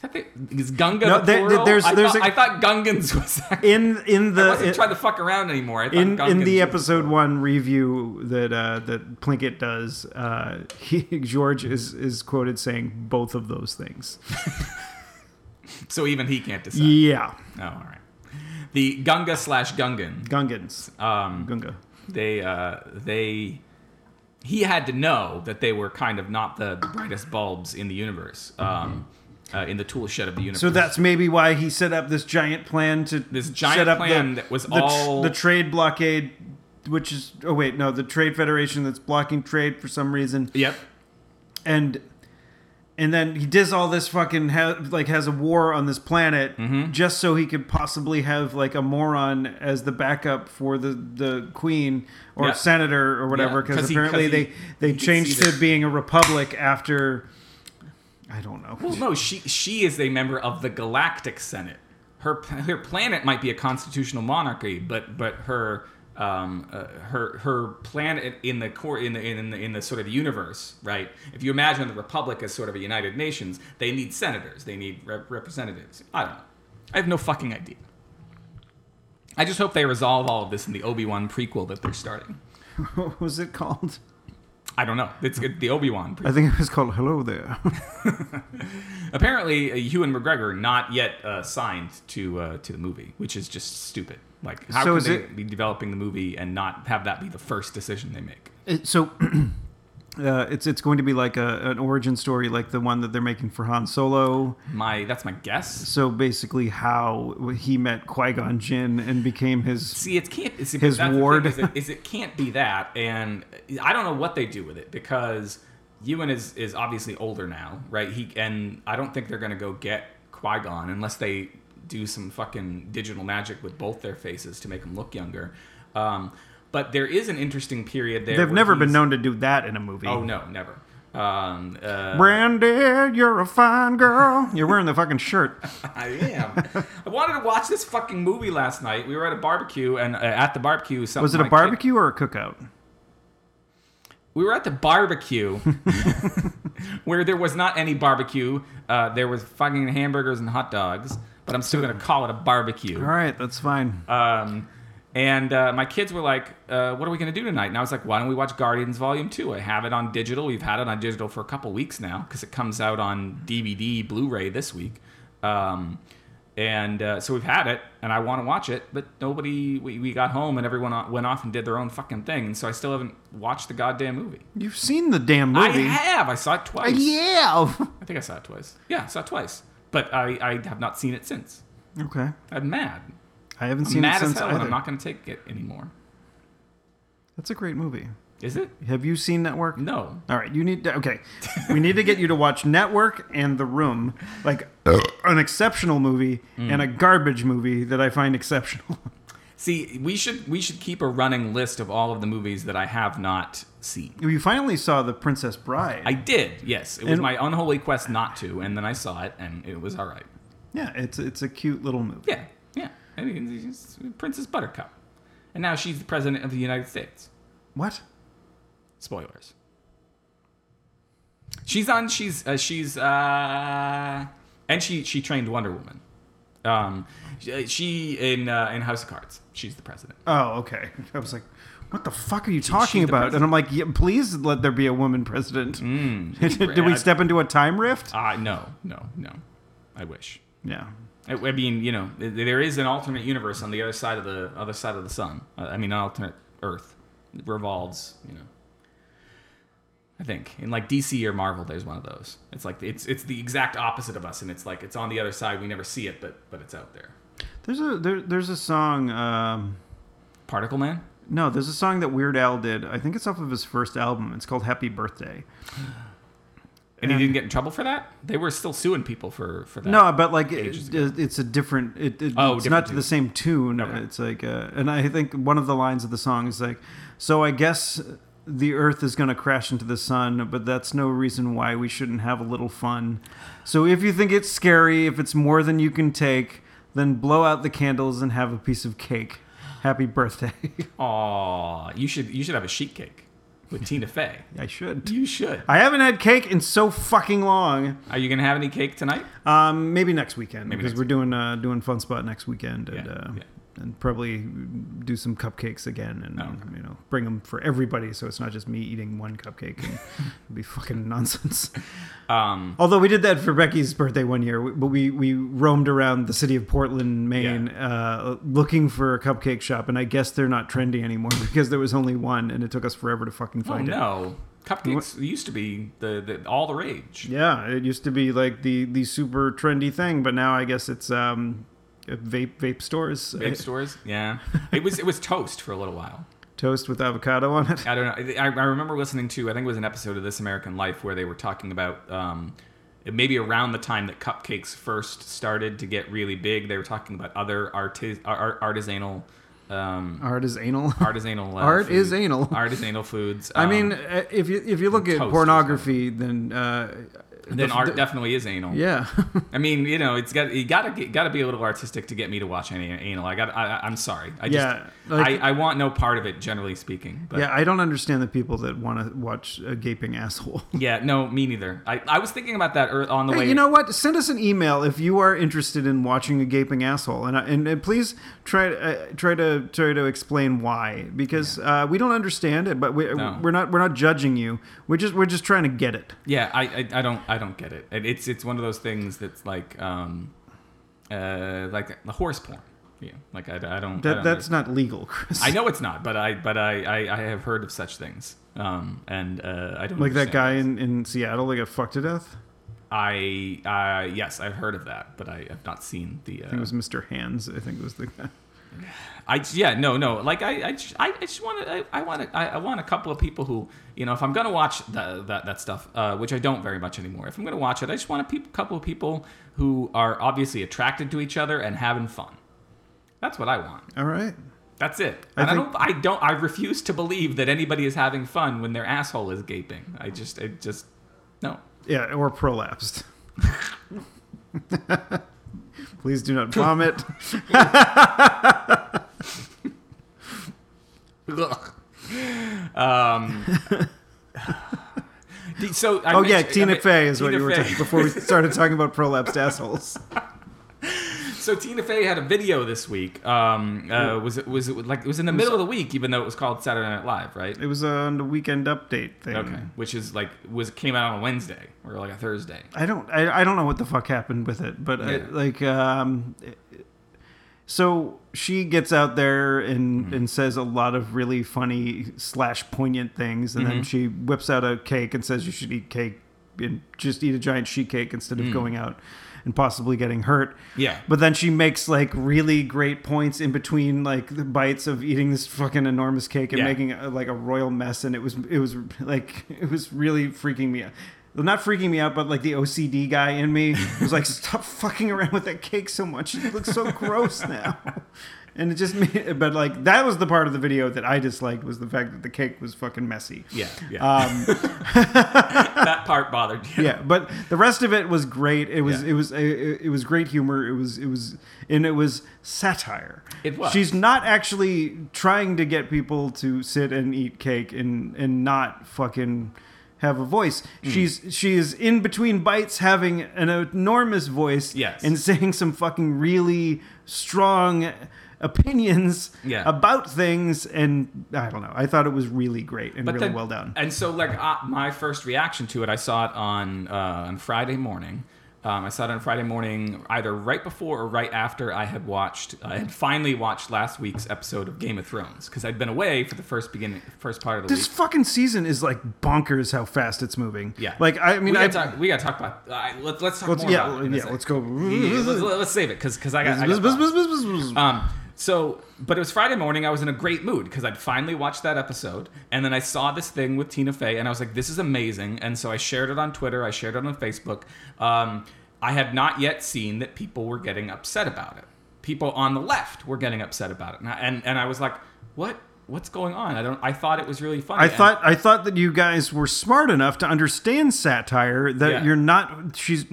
A: I thought they, is Gunga
B: No,
A: the
B: there-
A: plural?
B: there's-
A: I,
B: there's
A: thought,
B: a-
A: I thought Gungans was.
B: In in
A: I
B: the
A: wasn't trying to fuck around anymore. I thought
B: in, in
A: Gungans was
B: the episode one review that uh, that Plinkett does, uh, he, George is is quoted saying both of those things.
A: So even he can't decide.
B: Yeah,
A: Oh, all right. The Gunga slash Gungan.
B: Gungans.
A: Um,
B: Gunga.
A: they uh, they he had to know that they were kind of not the brightest bulbs in the universe, um, uh, in the tool shed of the universe.
B: So that's maybe why he set up this giant plan to
A: This giant
B: set up
A: plan
B: the,
A: that was
B: the tr-
A: all-
B: the trade blockade, which is oh wait no the trade federation that's blocking trade for some reason.
A: yep.
B: and and then he does all this fucking ha- like has a war on this planet
A: Mm-hmm.
B: just so he could possibly have like a moron as the backup for the the queen or
A: Yeah.
B: senator or whatever
A: Yeah, 'cause
B: because
A: he- 'cause
B: apparently
A: he-
B: they they
A: could
B: changed
A: see
B: to
A: that-
B: being a republic after I don't know.
A: Well, no, she she is a member of the Galactic Senate. Her her planet might be a constitutional monarchy, but but her um, uh, her her planet in the core in the in the in the sort of universe, right? If you imagine the Republic as sort of a United Nations, they need senators, they need rep- representatives. I don't know. I have no fucking idea. I just hope they resolve all of this in the Obi Wan prequel that they're starting.
B: What was it called?
A: I don't know. It's it's the Obi Wan prequel.
B: I think it was called Hello There.
A: Apparently, uh, Ewan McGregor not yet uh, signed to uh, to the movie, which is just stupid. Like, how
B: So
A: could
B: is
A: they
B: it-
A: be developing the movie and not have that be the first decision they make?
B: It- so uh, it's it's going to be like a, an origin story like the one that they're making for Han Solo.
A: My that's my guess.
B: So basically, how he met Qui Gon Jinn and became his.
A: See, it can't. It's, that's
B: His
A: the thing,
B: ward.
A: is it, is it can't be that, and I don't know what they do with it because Ewan is is obviously older now, right? He and I don't think they're gonna go get Qui Gon unless they do some fucking digital magic with both their faces to make him look younger. Um, but there is an interesting period there.
B: They've
A: where
B: never been
A: he's-
B: known to do that in a movie.
A: Oh no, never. Um, uh,
B: Brandy, you're a fine girl. You're wearing the fucking shirt.
A: I am. I wanted to watch this fucking movie last night. We were at a barbecue, and uh, at the barbecue, something
B: Was it
A: my
B: a
A: kid-
B: barbecue or a cookout?
A: we were at the barbecue where there was not any barbecue. Uh, there was fucking hamburgers and hot dogs, but I'm still gonna call it a barbecue.
B: All right, that's fine.
A: Um, and uh, my kids were like, uh, "What are we going to do tonight?" And I was like, "Why don't we watch Guardians Volume 2? I have it on digital. We've had it on digital for a couple weeks now because it comes out on DVD, Blu-ray this week. Um, and uh, so we've had it, and I want to watch it, but nobody. We, we got home, and everyone o- went off and did their own fucking thing, and so I still haven't watched the goddamn movie.
B: You've seen the damn movie.
A: I have. I saw it twice.
B: yeah.
A: I think I saw it twice. Yeah, I saw it twice, but I, I have not seen it since.
B: Okay.
A: I'm mad.
B: I haven't
A: I'm
B: seen
A: mad
B: it
A: as
B: since
A: hell,
B: either.
A: and I'm not going to take it anymore.
B: That's a great movie.
A: Is it?
B: Have you seen Network?
A: No.
B: All right, you need to, okay. We need to get you to watch Network and The Room, like an exceptional movie
A: Hmm.
B: and a garbage movie that I find exceptional.
A: See, we should we should keep a running list of all of the movies that I have not seen.
B: you finally saw The Princess Bride.
A: I did, yes. It was
B: And-
A: my unholy quest not to, and then I saw it, and it was all right.
B: yeah, it's it's a cute little movie.
A: Yeah, yeah. I mean, it's- it's Princess Buttercup, and now she's the president of the United States.
B: What?
A: Spoilers. She's on. She's uh, she's uh, and she she trained Wonder Woman. Um, she- she in uh, in House of Cards. She's the president.
B: Oh, okay. I was like, what the fuck are you
A: she
B: talking
A: the Mm-hmm.
B: about? And I'm like, yeah, please let there be a woman president. Hmm. Did we
A: Brad.
B: step into a time rift?
A: Uh, no, no, no. I wish.
B: Yeah.
A: I, I mean, you know, th- there is an alternate universe on the other side of the other side of the sun. Uh, I mean, an alternate Earth It revolves. You know, I think in like DC or Marvel, there's one of those. It's like it's it's the exact opposite of us, and it's like it's on the other side. We never see it, but but it's out there.
B: There's a there, there's a song. Um,
A: Particle Man.
B: no, there's a song that Weird Al did. I think it's off of his first album. It's called Happy Birthday.
A: And he
B: Um,
A: didn't get in trouble for that. They were still suing people for for that.
B: No, but like it,
A: Ages
B: it's a different. It, it-
A: Oh,
B: it's
A: different
B: not to
A: tune.
B: the same tune.
A: Okay.
B: It's like, uh, and I think one of the lines of the song is like, "So I guess the Earth is going to crash into the sun, but that's no reason why we shouldn't have a little fun. So if you think it's scary, if it's more than you can take, then blow out the candles and have a piece of cake. Happy birthday!
A: Aw, you should you should have a sheet cake with Tina Fey.
B: I should."
A: You should.
B: I haven't had cake in so fucking long.
A: Are you gonna have any cake tonight?
B: Um, maybe next weekend because
A: next
B: we're doing uh, doing Fun Spot next weekend, and
A: Yeah,
B: uh,
A: yeah.
B: and probably do some cupcakes again, and
A: Oh, okay.
B: you know bring them for everybody, so it's not just me eating one cupcake. And it'd be fucking nonsense.
A: Um,
B: Although we did that for Becky's birthday one year, we- but we we roamed around the city of Portland, Maine, uh, looking for a cupcake shop, and I guess they're not trendy anymore because there was only one, and it took us forever to fucking
A: Oh
B: find it.
A: no! Cupcakes used to be the, the all the rage.
B: Yeah, it used to be like the the super trendy thing, but now I guess it's um vape vape stores.
A: Vape stores, yeah. It was it was toast for a little while.
B: Toast with avocado on it.
A: I don't know. I, I remember listening to I think it was an episode of This American Life where they were talking about um, maybe around the time that cupcakes first started to get really big. They were talking about other artis- ar- ar- artisanal um,
B: Art is anal.
A: artisanal uh,
B: Art is
A: food-
B: anal.
A: artisanal foods.
B: I
A: um,
B: mean, uh, if you if you look at
A: toast is
B: pornography, then uh,
A: then
B: the-
A: art
B: the-
A: definitely is anal.
B: yeah,
A: I mean, you know, it's got you gotta get- gotta be a little artistic to get me to watch any anal. I got. I, I- I'm sorry. I just,
B: Yeah, like-
A: I, I want no part of it, generally speaking. But yeah.
B: yeah. I don't understand the people that want to watch a gaping asshole.
A: no, me neither. I, I was thinking about that ear- on the
B: Hey,
A: way.
B: you know what? Send us an email if you are interested in watching a gaping asshole, and uh, and, and please try uh, try to try to explain why because uh, we don't understand it, but we
A: No.
B: we're not we're not judging you. We're just we're just trying to get it.
A: yeah, I, I I don't I don't get it. And it's it's one of those things that's like um, uh, like the horse porn. Yeah, like I, I don't. I don't
B: That that's
A: understand.
B: not legal, Chris.
A: I know it's not, but I but I I, I have heard of such things. Um, and uh, I don't
B: Like that
A: understand.
B: guy in, in Seattle that got fucked to death.
A: I uh, yes, I've heard of that, but I have not seen the. Uh,
B: I think it was Mr. Hands. I think was the guy.
A: I yeah no no like I I just, I, I just want to I, I want to I, I want a couple of people who you know if I'm gonna watch the, that that stuff uh, which I don't very much anymore if I'm gonna watch it I just want a peop couple of people who are obviously attracted to each other and having fun that's what I want
B: All right.
A: that's it
B: I
A: and I,
B: think-
A: don't I don't I refuse to believe that anybody is having fun when their asshole is gaping I just it just No.
B: Yeah, or prolapsed. Please do not vomit.
A: Ugh. Um, d- so I
B: Oh
A: mentioned-
B: yeah,
A: I
B: Tina
A: mean-
B: Fey is what
A: Tina
B: you were
A: Fey.
B: talking before we started talking about prolapsed assholes.
A: So Tina Fey had a video this week. Um, uh, was it was it like it was in the middle of the week, even though it was called Saturday Night Live, right?
B: It was on the weekend update thing.
A: Okay, which is like was came out on a Wednesday or like a Thursday.
B: I don't I, I don't know what the fuck happened with it, but I,
A: Yeah.
B: like um so she gets out there and
A: Mm-hmm.
B: and says a lot of really funny slash poignant things and
A: Mm-hmm.
B: then she whips out a cake and says you should eat cake and just eat a giant sheet cake instead of
A: Mm.
B: going out and possibly getting hurt.
A: Yeah.
B: But then she makes like really great points in between like the bites of eating this fucking enormous cake and
A: Yeah.
B: making uh, like a royal mess and it was it was like it was really freaking me out. Well, Not freaking me out, but like the OCD guy in me was like, "Stop fucking around with that cake so much. It looks so gross now." And it just made, but like that was the part of the video that I disliked was the fact that the cake was fucking messy.
A: Yeah, yeah. that part bothered you.
B: Uh, yeah but the rest of it was great it was
A: Yeah.
B: it was it, it was great humor it was it was and it was satire
A: It was.
B: she's not actually trying to get people to sit and eat cake and and not fucking have a voice
A: Mm.
B: she's she is in between bites having an enormous voice
A: Yes.
B: and saying some fucking really strong opinions
A: Yeah.
B: about things and i don't know i thought it was really great and really
A: then-
B: well done
A: And so, like, uh, my first reaction to it, I saw it on uh, on Friday morning. Um, I saw it on Friday morning, either right before or right after I had watched. I had finally watched last week's episode of Game of Thrones because I'd been away for the first beginning, first part of the
B: This
A: week.
B: fucking season is like bonkers how fast it's moving.
A: Yeah.
B: Like I
A: We
B: mean, I
A: gotta, talk, we gotta talk about. Uh, let, let's talk
B: let's,
A: more
B: yeah
A: about it. in a
B: yeah
A: sec.
B: let's go.
A: Yeah, let's, let's save it because I got. I got thoughts. Um, so, but it was Friday morning. I was in a great mood because I'd finally watched that episode, and then I saw this thing with Tina Fey, and I was like, "This is amazing!" And so I shared it on Twitter. I shared it on Facebook. Um, I had not yet seen that people were getting upset about it. People on the left were getting upset about it, and I, and, and I was like, "What? What's going on?" I don't. I thought it was really funny.
B: I
A: and-
B: thought I thought that you guys were smart enough to understand satire that
A: Yeah.
B: you're not. She's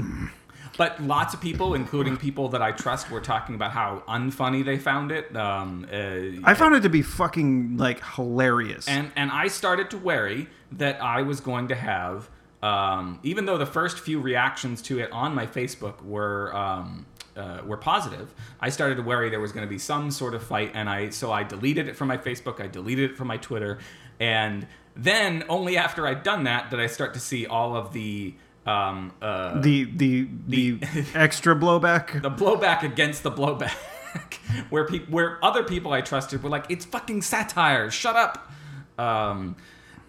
A: But lots of people, including people that I trust, were talking about how unfunny they found it. Um, uh,
B: I found it to be fucking like hilarious.
A: and and I started to worry that I was going to have, um, even though the first few reactions to it on my Facebook were um, uh, were positive, I started to worry there was going to be some sort of fight, and I so I deleted it from my Facebook, I deleted it from my Twitter, and then only after I'd done that did I start to see all of the. Um, uh,
B: the the the extra blowback.
A: the blowback against the blowback, where peop where other people I trusted were like, "It's fucking satire. Shut up." Um,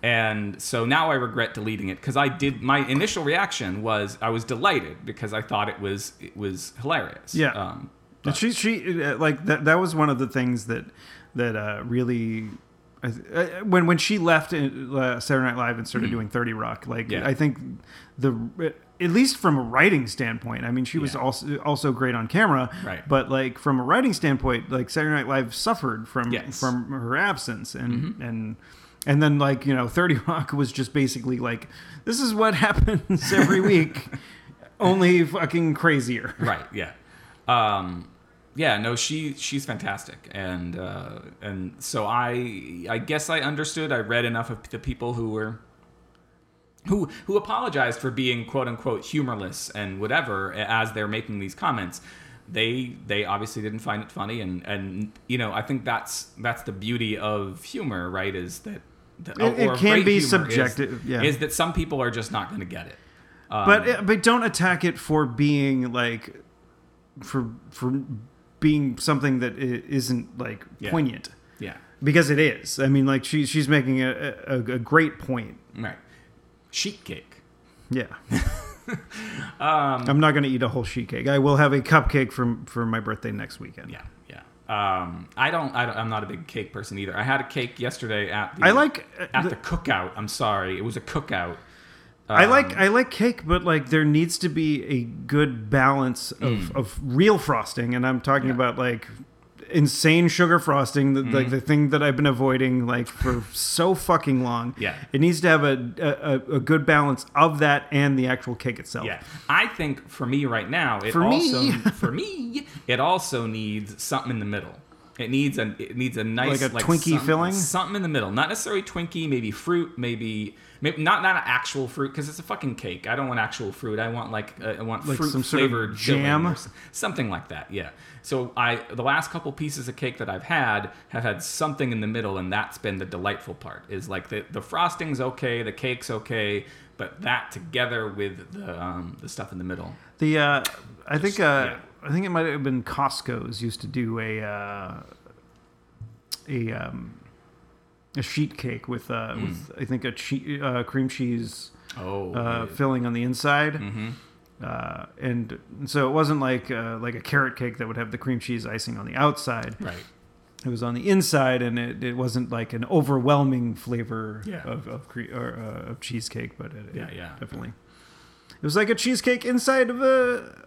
A: and so now I regret deleting it because I did. My initial reaction was I was delighted because I thought it was it was hilarious.
B: Yeah.
A: Um,
B: And she she uh, like that that was one of the things that that uh, really I th- uh, when when she left uh, Saturday Night Live and started doing Thirty Rock, like
A: Mm-hmm. Yeah.
B: I think the uh, at least from a writing standpoint, I mean she was
A: Yeah.
B: also also great on camera,
A: Right.
B: But like from a writing standpoint, like Saturday Night Live suffered from
A: Yes. Mm-hmm.
B: from her absence and and. And then, like you know, Thirty Rock was just basically like, "This is what happens every week, only fucking crazier."
A: right. Yeah. Um, yeah. No, she she's fantastic, and uh, and so I I guess I understood. I read enough of the people who were who who apologized for being quote unquote humorless and whatever as they're making these comments they they obviously didn't find it funny and and you know i think that's that's the beauty of humor right is that the,
B: It- it
A: or
B: can
A: great
B: be
A: humor is-
B: subjective, yeah.
A: is that some people are just not going to get it Um,
B: but but don't attack it for being like for for being something that i- isn't like
A: Yeah.
B: poignant
A: yeah
B: because it is i mean like she she's making a, a, a great point
A: right sheet cake
B: yeah
A: Um,
B: i'm not going to eat a whole sheet cake i will have a cupcake for for my birthday next weekend
A: yeah yeah um, I, don't, I don't i'm not a big cake person either i had a cake yesterday at the,
B: i like uh,
A: at the cookout i'm sorry it was a cookout
B: I
A: Um,
B: like I like cake, but like there needs
A: Mm.
B: to be a good balance of, of real frosting, and I'm talking about like insane sugar frosting, the,
A: Mm.
B: like the thing that I've been avoiding like for so fucking long.
A: Yeah.
B: it needs to have a a, a- a good balance of that and the actual cake itself.
A: Uh, Yeah, I think for me right now, it
B: For me.
A: also for me it also needs something in the middle. It needs a it needs a nice
B: Like a Twinkie
A: something-
B: filling?
A: something in the middle, not necessarily Twinkie, maybe fruit, maybe maybe not not actual fruit because it's a fucking cake. I don't want actual fruit. I want like uh, I want
B: Like
A: fruit
B: some sort of
A: flavored
B: jam?
A: something like that. Yeah. So I the last couple pieces of cake that I've had have had something in the middle, and that's been the delightful part. Is like the the frosting's okay, the cake's okay, but that together with the um, the stuff in the middle.
B: The uh, I think uh,
A: yeah.
B: I think it might have been Costco's used to do a uh, a um, a sheet cake with uh, with
A: Mm.
B: I think a che- uh, cream cheese
A: Oh.
B: uh, filling on the inside.
A: Mm-hmm.
B: Uh, and so it wasn't like uh, like a carrot cake that would have the cream cheese icing on the outside.
A: Right.
B: It was on the inside, and it, it wasn't like an overwhelming flavor
A: Yeah.
B: of of, cre- or, uh, of cheesecake, but it, it
A: Yeah, yeah.
B: definitely. It was like a cheesecake inside of a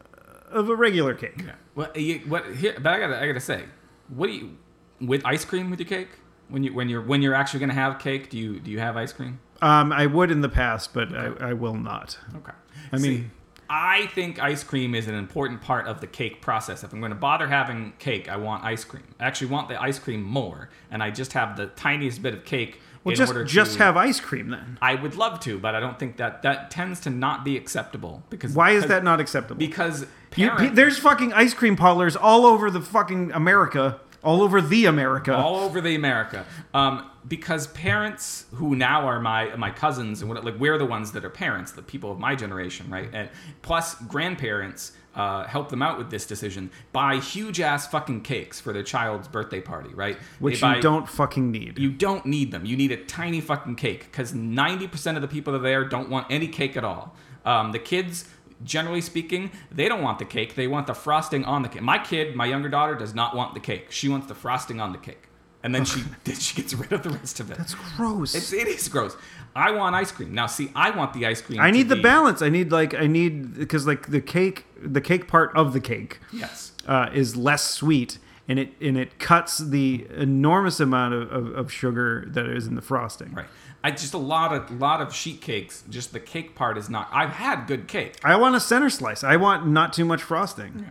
B: of a regular cake.
A: Yeah. Well, you, what? Here, but I gotta, I gotta say, what do you with ice cream with your cake? When you when you're when you're actually gonna have cake, do you do you have ice cream?
B: Um, I would in the past, but I, I will not.
A: Okay.
B: I mean-
A: See, I think ice cream is an important part of the cake process. If I'm going to bother having cake, I want ice cream. I actually want the ice cream more, and I just have the tiniest bit of cake
B: Well,
A: in
B: just
A: order
B: just
A: to.
B: have ice cream then.
A: I would love to, but I don't think that that tends to not be acceptable because
B: Why is
A: because-
B: that not acceptable?
A: Because
B: You,
A: parents,
B: there's fucking ice cream parlors all over the fucking America, all over the America.
A: all over the America. Um, because parents who now are my my cousins and what like we're the ones that are parents, the people of my generation, right? And plus grandparents uh, help them out with this decision. Buy huge ass fucking cakes for their child's birthday party, right?
B: which
A: They buy-
B: you don't fucking need.
A: You don't need them. You need a tiny fucking cake because 90% of the people that are there don't want any cake at all. Um, the kids, generally speaking, they don't want the cake. They want the frosting on the cake. My kid, my younger daughter, does not want the cake. She wants the frosting on the cake. And then she, then she gets rid of the rest of it.
B: it's gross.
A: It's, it is gross. I want ice cream. Now, see, I want the ice cream.
B: I
A: to
B: need the
A: be-
B: balance. I need like I need because like the cake, the cake part of the cake
A: Yes.
B: uh, is less sweet, and it and it cuts the enormous amount of, of, of sugar that is in the frosting.
A: Right. I just a lot of lot of sheet cakes. Just the cake part is not. I've had good cake.
B: I want a center slice. I want not too much frosting.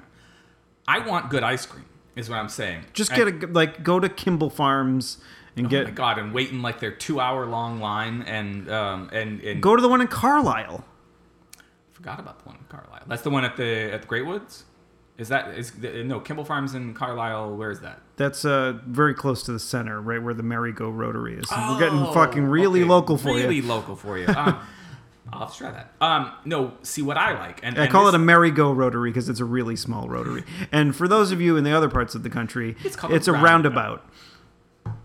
A: I want good ice cream. Is what I'm saying.
B: Just
A: And-
B: get a like go to Kimball Farms and
A: Oh my
B: get
A: god, and waiting like their two hour long line and um and and
B: go to the one in Carlisle.
A: forgot about the one in Carlisle. That's the one at the at the Great Woods? Is that is the- no Kimball Farms in Carlisle, where is that?
B: That's uh very close to the center, right where the merry-go rotary is. We're getting
A: Oh,
B: fucking really
A: okay.
B: local for
A: really
B: you.
A: local for you. Um, I'll have to try that. Um no, see what I like and
B: I call it a merry-go rotary because it's a really small rotary. And for those of you in the other parts of the country,
A: It's
B: it's,
A: called a
B: a
A: roundabout.
B: roundabout.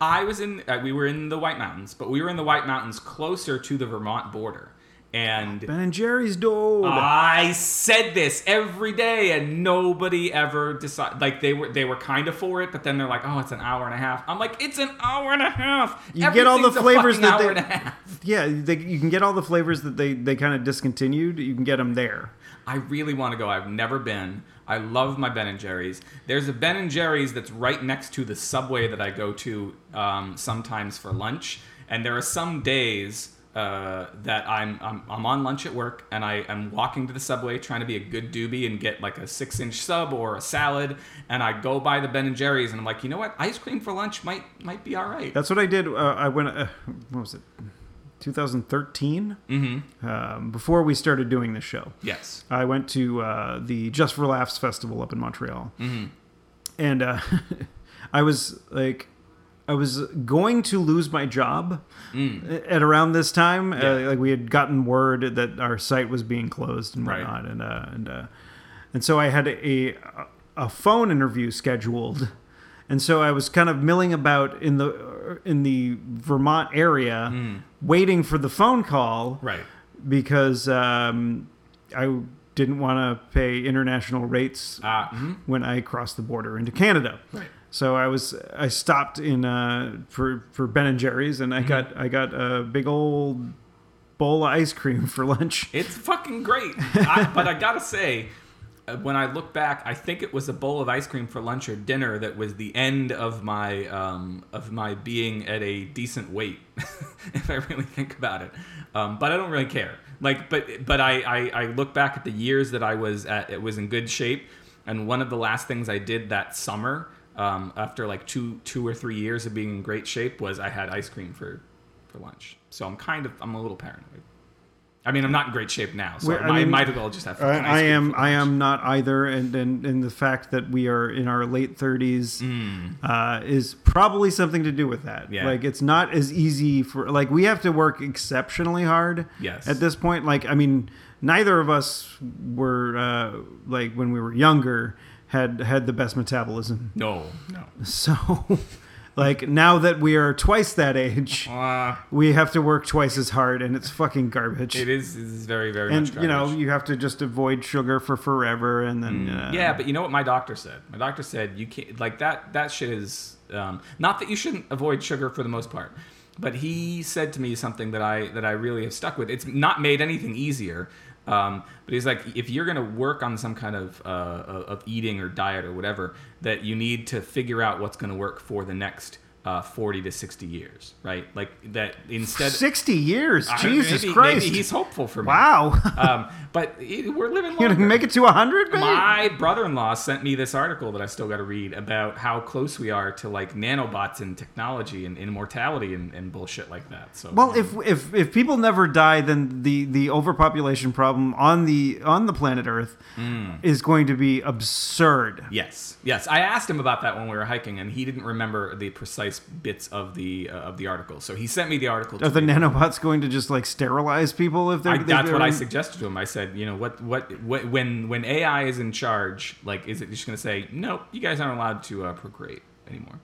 A: I was in uh, we were in the White Mountains, but we were in the White Mountains closer to the Vermont border. And
B: Ben and Jerry's dude.
A: I said this every day, and nobody ever decided. Like they were, they were kind of for it, but then they're like, "Oh, it's an hour and a half." I'm like, "It's an hour and a half."
B: You get all the
A: Everything's a
B: flavors
A: fucking
B: that
A: hour
B: they-
A: and a half.
B: yeah, they, you can get all the flavors that they they kind of discontinued. You can get them there.
A: I really want to go. I've never been. I love my Ben and Jerry's. There's a Ben and Jerry's that's right next to the subway that I go to um, sometimes for lunch, and there are some days. Uh, that I'm, I'm I'm on lunch at work and I am walking to the subway trying to be a good doobie and get like a six inch sub or a salad and I go by the Ben and Jerry's and I'm like you know what ice cream for lunch might might be all right
B: That's what I did. Uh, I went. Uh, what was it? 2013. Mm-hmm. Um, before we started doing this show,
A: yes
B: I went to uh, the Just for Laughs festival up in Montreal, and uh, I was like, I was going to lose my job at around this time. Uh, like we had gotten word that our site was being closed and
A: Right.
B: whatnot, and uh, and uh, and so I had a a phone interview scheduled, and so I was kind of milling about in the in the Vermont area, waiting for the phone call
A: right
B: because um, I didn't want to pay international rates
A: uh, mhm.
B: when I crossed the border into Canada.
A: Right.
B: So I was I stopped in uh, for for Ben and Jerry's and I
A: Mm-hmm.
B: got I got a big old bowl of ice cream for lunch.
A: It's fucking great. I, but I gotta say, uh, when I look back, I think it was a bowl of ice cream for lunch or dinner that was the end of my um, of my being at a decent weight, if I really think about it. Um, but I don't really care. Like, but but I, I I look back at the years that I was at it was in good shape, and one of the last things I did that summer, um, after like two two or three years of being in great shape, was I had ice cream for for lunch. So I'm kind of I'm a little paranoid. I mean, I'm not in great shape now, so
B: Well, I
A: I, might
B: mean,
A: might as well just have.
B: I,
A: fucking ice
B: I
A: cream
B: am
A: for
B: I
A: lunch.
B: am not either, and and, and the fact that we are in our late thirties uh, is probably something to do with that.
A: Mm. Yeah.
B: Like it's not as easy for like we have to work exceptionally hard.
A: Yes.
B: At this point, like I mean, neither of us were uh, like when we were younger had had the best metabolism.
A: No, no.
B: So, like now that we are twice that age,
A: Uh,
B: we have to work twice as hard, and it's fucking garbage.
A: it is. It is very, very
B: and
A: much. Garbage.
B: you know you have to just avoid sugar for forever and then uh,
A: yeah, but you know what my doctor said. My doctor said you can't like that. That shit is um, not that you shouldn't avoid sugar for the most part, but he said to me something that I that I really have stuck with. It's not made anything easier. Um, but he's like, if you're gonna work on some kind of uh, of eating or diet or whatever, that you need to figure out what's gonna work for the next uh, 40 to 60 years, right? Like that instead.
B: 60 years
A: I-
B: jesus
A: maybe-
B: christ
A: Maybe he's hopeful for me.
B: wow
A: Um, but it, we're living
B: you're
A: longer.
B: gonna make it to 100 man
A: My brother-in-law sent me this article that I still got to read about how close we are to like nanobots and technology and immortality and, and bullshit like that. So
B: well if, if if people never die then the the overpopulation problem on the on the planet earth
A: Hmm.
B: is going to be absurd
A: yes, yes, I asked him about that when we were hiking, and he didn't remember the precise bits of the uh, of the article. So he sent me the article. to
B: are the
A: read.
B: nanobots going to just like sterilize people if they're
A: I,
B: if
A: that's what
B: they're-
A: I suggested to him. I said, you know, what, what, what when when AI is in charge, like, is it just going to say, nope, you guys aren't allowed to uh, procreate anymore?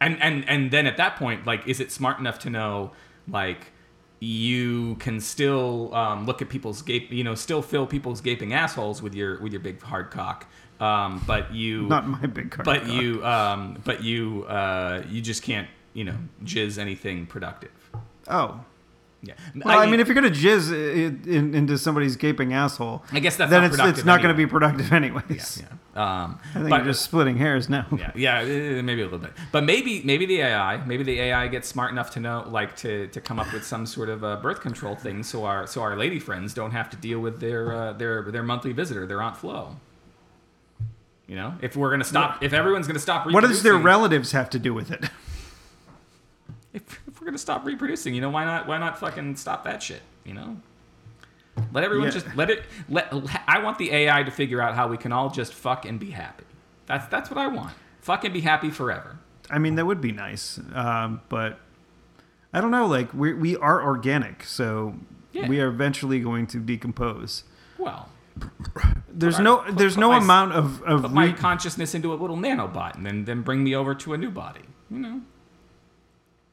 A: And and and then at that point, like, is it smart enough to know, like, you can still um, look at people's gape, you know, still fill people's gaping assholes with your with your big hard cock, um, but you
B: not my big car
A: but you um, but you uh, you just can't you know jizz anything productive.
B: oh
A: Yeah.
B: well, I, mean, if you're gonna jizz i- i- in, into somebody's gaping asshole,
A: I guess that's
B: then
A: not
B: it's it's
A: productive
B: not gonna
A: anyway.
B: be productive anyways.
A: Yeah. Um,
B: I think
A: but
B: you're just splitting hairs now.
A: yeah, yeah, eh, maybe a little bit. But maybe maybe the AI, maybe the AI gets smart enough to know, like to, to come up with some sort of uh, birth control thing, so our so our lady friends don't have to deal with their uh, their their monthly visitor, their Aunt Flo. You know, if we're gonna stop, if everyone's gonna stop,
B: What does their
A: reproducing-
B: relatives have to do with it?
A: if, if we're gonna stop reproducing, you know, why not why not fucking stop that shit? You know, let everyone
B: Yeah.
A: just let it. Let I want the AI to figure out how we can all just fuck and be happy. That's that's what I want. Fuck and be happy forever.
B: I mean, that would be nice, um, but I don't know. Like we we are organic, so
A: Yeah.
B: we are eventually going to decompose.
A: Well,
B: There's
A: our-
B: no
A: put-
B: there's
A: put
B: no
A: my-
B: amount of
A: put
B: of
A: my
B: re-
A: consciousness into a little nanobot and then then bring me over to a new body. You know,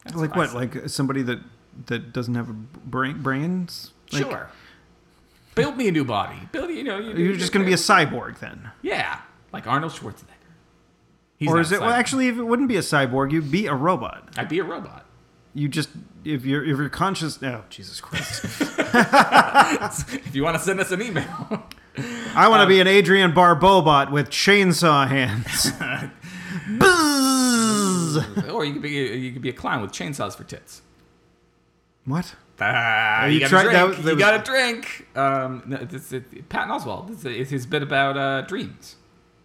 A: That's
B: like
A: I
B: what
A: say.
B: like somebody that that doesn't have a brain brains. Like,
A: sure. Build me a new body. Build you know you-
B: You're just going to be a cyborg then,
A: yeah like Arnold Schwarzenegger. He's
B: or
A: not
B: is
A: a
B: it? Well,
A: cyborg.
B: actually, if it wouldn't be a cyborg, you'd be a robot.
A: I'd be a robot.
B: You just if you're if you're conscious. Oh, Jesus Christ!
A: if you want to send us an email.
B: I
A: Um,
B: want to be an Adrian Barbeau bot with chainsaw hands. Buzz!
A: or you could be you could be a clown with chainsaws for tits.
B: What?
A: Ah, you,
B: you
A: got
B: tried-
A: a
B: that
A: drink.
B: was- that
A: you
B: was-
A: got a drink. Um, no, this, it, Patton Oswald. This is his bit about uh, dreams.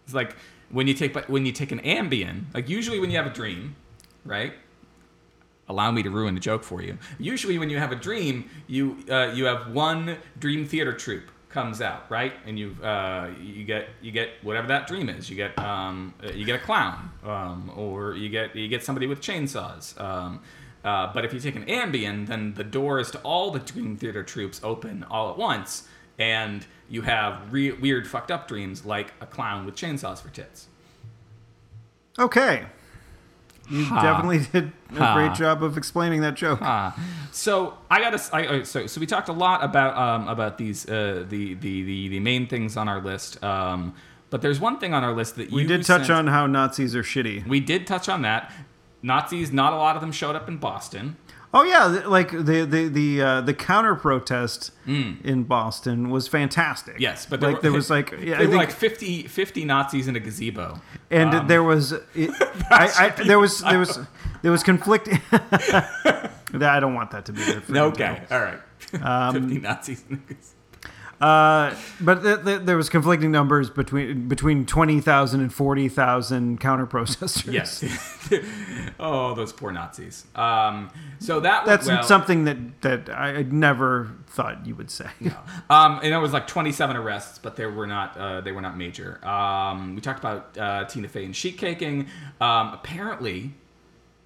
A: It's like when you take when you take an Ambien. Like usually when you have a dream, right? Allow me to ruin the joke for you. Usually when you have a dream, you uh, you have one dream theater troupe comes out, right? And you uh, you get you get whatever that dream is. You get um, uh, you get a clown, um, or you get you get somebody with chainsaws. Um, uh, but if you take an Ambien, then the doors to all the dream theater troops open all at once, and you have re- weird, fucked up dreams like a clown with chainsaws for tits.
B: Okay. You
A: Ha.
B: definitely did a
A: Ha.
B: great job of explaining that joke.
A: Ah, so I gotta. s- I- I- so so we talked a lot about um, about these uh, the, the the the main things on our list. Um, but there's one thing on our list that you
B: We did touch
A: sent-
B: on how Nazis are shitty.
A: We did touch on that. Nazis. Not a lot of them showed up in Boston.
B: Oh yeah, th- like the the the uh, the counter protest in Boston was fantastic.
A: Mm. Yes, but there
B: like
A: were-
B: there was like yeah,
A: There
B: I
A: were
B: think-
A: like um, 50, 50 Nazis in a gazebo.
B: and there was it, I, I, there was there was there was conflict. That- I don't want that to be there. For
A: Okay, all right.
B: Um,
A: Fifty Nazis in a gazebo.
B: Uh, but th- th- there was conflicting numbers between between 20,000 and 40,000 counter protesters.
A: Yes. oh, those poor Nazis. Um, so that
B: That's
A: well,
B: something that, that I I'd never thought you would say.
A: Um, and it was like 27 arrests, but they were not uh, they were not major. Um, we talked about uh, Tina Fey and sheet caking. Um, apparently,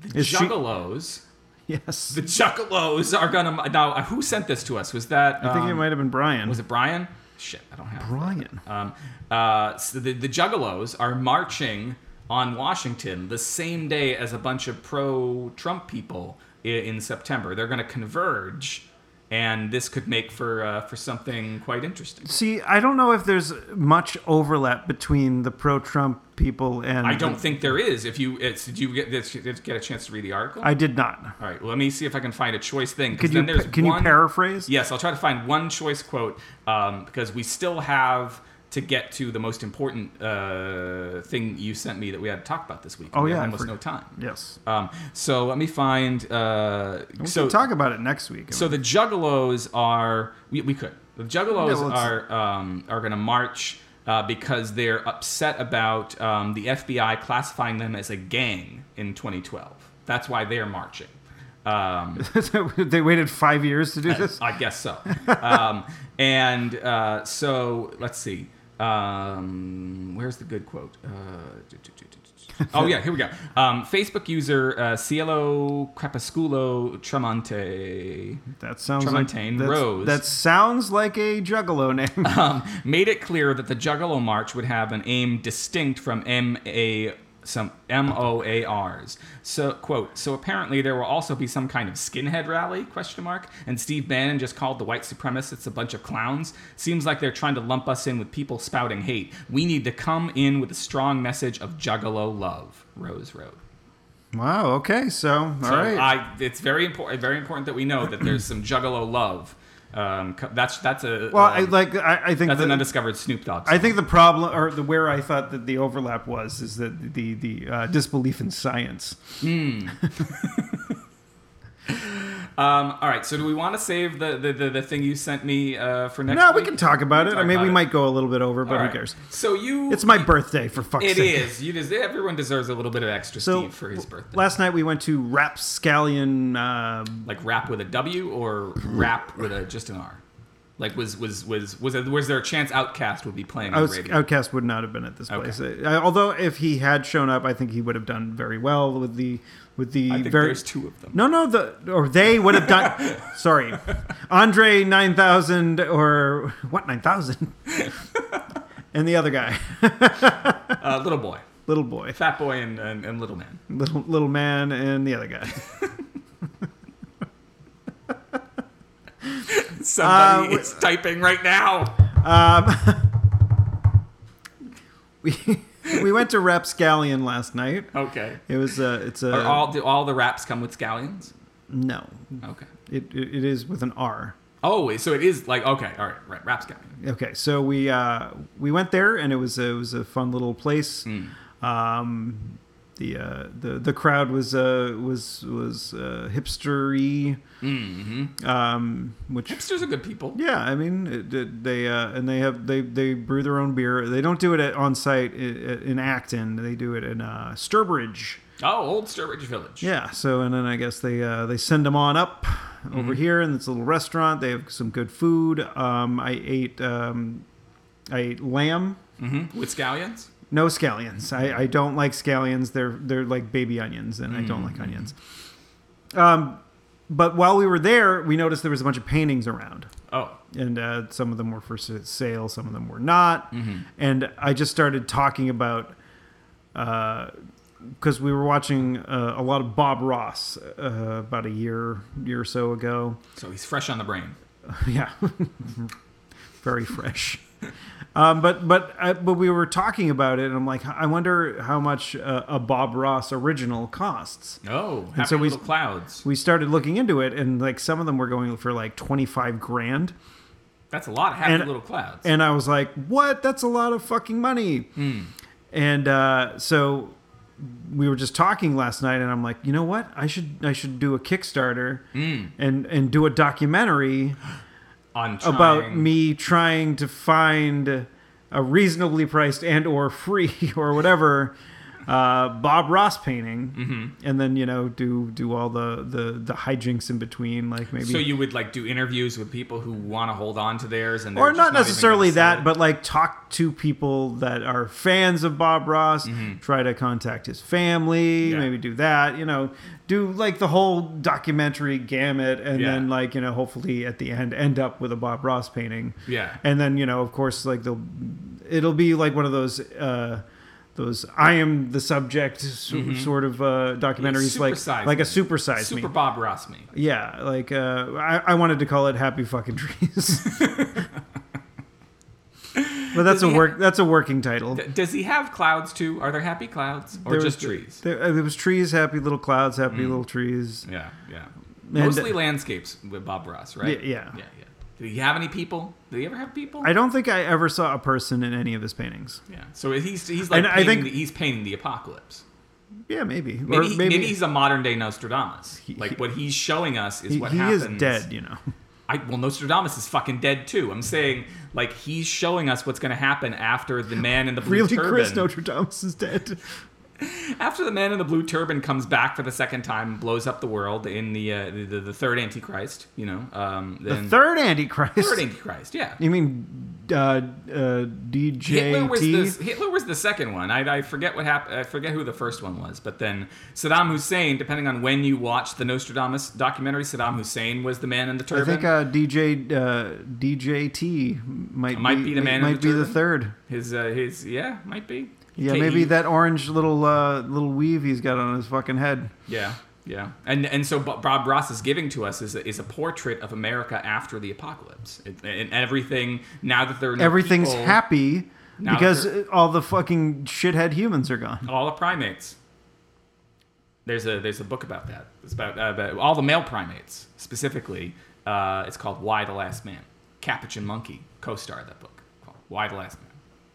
A: the
B: Is she-
A: juggalos,
B: Yes.
A: the juggalos are gonna now. uh, Who sent this to us? Was that
B: I think it might have been Brian.
A: um, was it Brian? Shit, I don't have
B: Brian?
A: Um, uh, so the, the Juggalos are marching on Washington the same day as a bunch of pro Trump people in, in September. They're going to converge, and this could make for uh, for something quite interesting.
B: See, I don't know if there's much overlap between the pro-Trump people and
A: I don't think there is. If you it's, did you get did you get a chance to read the article?
B: I did not.
A: All right, let me see if I can find a choice thing. 'cause
B: Could you
A: then there's
B: pa- can
A: one-
B: you paraphrase?
A: Yes, I'll try to find one choice quote um, because we still have to get to the most important uh, thing you sent me that we had to talk about this week.
B: Oh,
A: We have
B: yeah, I
A: almost
B: forgot.
A: no time.
B: Yes.
A: Um, so let me find. Uh,
B: We
A: so
B: can talk about it next week.
A: so the Juggalos are we, we could the Juggalos
B: No, let's-
A: are um, are going to march uh, because they're upset about um, the FBI classifying them as a gang in 2012. That's why they're marching. Um,
B: they waited five years to do this.
A: I guess so. Um, and uh, so let's see. Um, where's the good quote? Uh, do, do, do, do, do. oh yeah, here we go. Um, Facebook user uh, Cielo Crepusculo Tremante
B: That sounds like
A: Tremontaine
B: that's-
A: Rose.
B: That sounds like a juggalo name.
A: um, made it clear that the Juggalo March would have an aim distinct from M A some M O A R's. So quote, so apparently there will also be some kind of skinhead rally, question mark, and Steve Bannon just called the white supremacists a bunch of clowns. Seems like they're trying to lump us in with people spouting hate. We need to come in with a strong message of juggalo love. Rose wrote.
B: wow. Okay. So all right.
A: So I, it's very important very important that we know that there's some juggalo love. Um, co- that's that's a
B: well,
A: um,
B: I like. I, I think
A: that's an
B: the-
A: undiscovered Snoop Dogg.
B: I think the problem, or the where I thought that the overlap was, is that the the uh, disbelief in science.
A: Um, all right, so do we want to save the, the, the, the thing you sent me uh, for next
B: No, we
A: week?
B: can talk about it. I
A: talk
B: mean,
A: about
B: we
A: it.
B: might go a little bit over, but
A: All
B: who
A: right.
B: cares?
A: So you.
B: It's my birthday, for fuck's
A: It
B: sake.
A: is. You des- everyone deserves a little bit of extra
B: So
A: Steve for his birthday.
B: last night we went to Rapscallion. Uh,
A: like rap with a W or rap with a just an R? Like was was was was, was there a chance Outcast would be playing
B: I
A: on the
B: was,
A: radio?
B: Outcast would not have been at this place. Uh, although if he had shown up, I think he would have done very well with the with the
A: I think
B: very.
A: there's two of them.
B: No, no, the or they would have done. sorry, Andre nine thousand or what nine thousand, and the other guy,
A: Uh, little boy,
B: little boy,
A: fat boy, and, and, and little man.
B: little little man, and the other guy.
A: Somebody
B: Uh,
A: is typing right now.
B: Um, We we went to Rapscallion last night.
A: Okay.
B: It was a it's a
A: Are all do all the raps come with scallions?
B: no.
A: Okay.
B: It, it it is with an R.
A: Oh, so it is like okay, all right, right, rap scallion.
B: Okay, so we uh, we went there, and it was a, it was a fun little place. Um, the uh, the the crowd was uh, was was uh, hipstery, um, which
A: Hipsters are good people.
B: yeah, I mean it, it- they uh, and they have they they brew their own beer. They don't do it at, on site i- i- in Acton. They do it in uh, Sturbridge.
A: Oh, Old Sturbridge Village.
B: Yeah. So and then I guess they uh, they send them on up over here in this little restaurant. They have some good food. Um, I ate um, I ate lamb.
A: Mm-hmm. With scallions?
B: No scallions. I, I don't like scallions. They're they're like baby onions, and I don't like onions. Um, but while we were there, we noticed there was a bunch of paintings around,
A: Oh.
B: and uh, some of them were for s- sale, some of them were not. And I just started talking about because we were watching uh, a lot of Bob Ross uh, about a year year or so ago.
A: So he's fresh on the brain.
B: yeah, very fresh. Um, but but I, but we were talking about it, and I'm like, I wonder how much uh, a Bob Ross original costs.
A: Oh, happy
B: so we-
A: little clouds.
B: We started looking into it, and like some of them were going for like 25 grand,
A: That's a lot of happy
B: and-
A: little clouds.
B: and I was like, what? That's a lot of fucking money. And uh, so we were just talking last night, and I'm like, you know what? I should I should do a Kickstarter and and do a documentary
A: on
B: about
A: trying-
B: me trying to find a reasonably priced and or free or whatever uh, Bob Ross painting, and then you know do do all the the the hijinks in between, like maybe.
A: So you would like do interviews with people who want to hold on to theirs, and
B: or
A: they're just
B: not
A: even
B: necessarily
A: gonna sell
B: that,
A: it?
B: but like talk to people that are fans of Bob Ross, try to contact his family,
A: Mm-hmm. Yeah.
B: maybe do that, you know, do like the whole documentary gamut, and
A: Yeah.
B: then like, you know, hopefully at the end end up with a Bob Ross painting.
A: Yeah.
B: And then, you know, of course, like they'll, it'll be like one of those, uh, those I am the subject s- sort of uh, documentaries,
A: supersize
B: like like a
A: Mm-hmm. me.
B: supersize me.
A: Super Bob Ross me.
B: Yeah, like uh, I, I wanted to call it "Happy Fucking Trees," but that's a
A: he
B: work that's a working title.
A: D- Does he have clouds too? Are there happy clouds or
B: There
A: just
B: was-
A: trees? Mm.
B: There, uh, there was trees, happy little clouds, happy little trees.
A: yeah, yeah. Mostly landscapes with Bob Ross, right?
B: uh, Yeah, yeah.
A: yeah, yeah. Did he have any people? Did he ever have people?
B: I don't think I ever saw a person in any of his paintings.
A: yeah. So he's he's like
B: And I
A: painting
B: think-
A: the, he's painting the apocalypse.
B: Yeah, maybe.
A: Maybe, he- maybe, he's a modern day Nostradamus. like what he's showing us is
B: he,
A: what
B: he
A: happens.
B: is dead. You know.
A: I, well, Nostradamus is fucking dead too. I'm saying like he's showing us what's going to happen after the man in the blue
B: Really,
A: turban.
B: Chris Notre Dame is dead.
A: After the man in the blue turban comes back for the second time, and blows up the world in the uh, the, the, the third Antichrist. You know, um,
B: The
A: then
B: third Antichrist.
A: third Antichrist. Yeah.
B: you mean uh, uh, DJT?
A: Hitler was, the, Hitler was the second one. I, I forget what happened. I forget who the first one was. But then Saddam Hussein, depending on when you watch the Nostradamus documentary, Saddam Hussein was the man in the
B: I
A: turban.
B: think uh, DJ uh, DJT might
A: Might be the man in
B: might
A: the
B: be the
A: turban.
B: third.
A: his uh, his yeah might be.
B: Yeah,
A: K- E.
B: maybe
A: he-
B: that orange little uh, little weave he's got on his fucking head.
A: Yeah, yeah, and and so Bo- Bob Ross is giving to us is a, is a portrait of America after the apocalypse It- and everything. Now that there are no
B: Everything's
A: people,
B: happy
A: Now
B: because
A: they're-
B: all the fucking shithead humans are gone.
A: all the primates. There's a there's a book about that. It's about, uh, about all the male primates specifically. Uh, it's called Why the Last Man. Capuchin Monkey co-starred that book. Called Why the Last Man.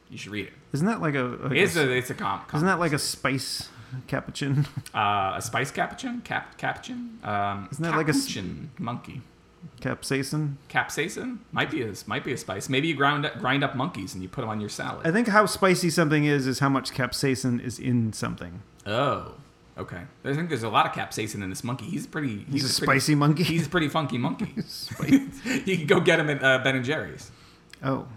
A: You should read it.
B: Isn't that like a? Like
A: It's
B: a
A: a it's a com- comic.
B: isn't that like a spice capuchin?
A: uh, a spice capuchin? Cap capuchin? Um,
B: Isn't that like a s-
A: capuchin monkey?
B: capsaicin?
A: capsaicin might be a, might be a spice. Maybe you grind up, grind up monkeys and you put them on your salad.
B: I think how spicy something is is how much capsaicin is in something.
A: oh, okay. I think there's a lot of capsaicin in this monkey. He's pretty.
B: He's, a
A: pretty-
B: spicy monkey.
A: He's a pretty funky monkey.
B: Spicy.
A: you can go get him at uh, Ben and Jerry's.
B: oh,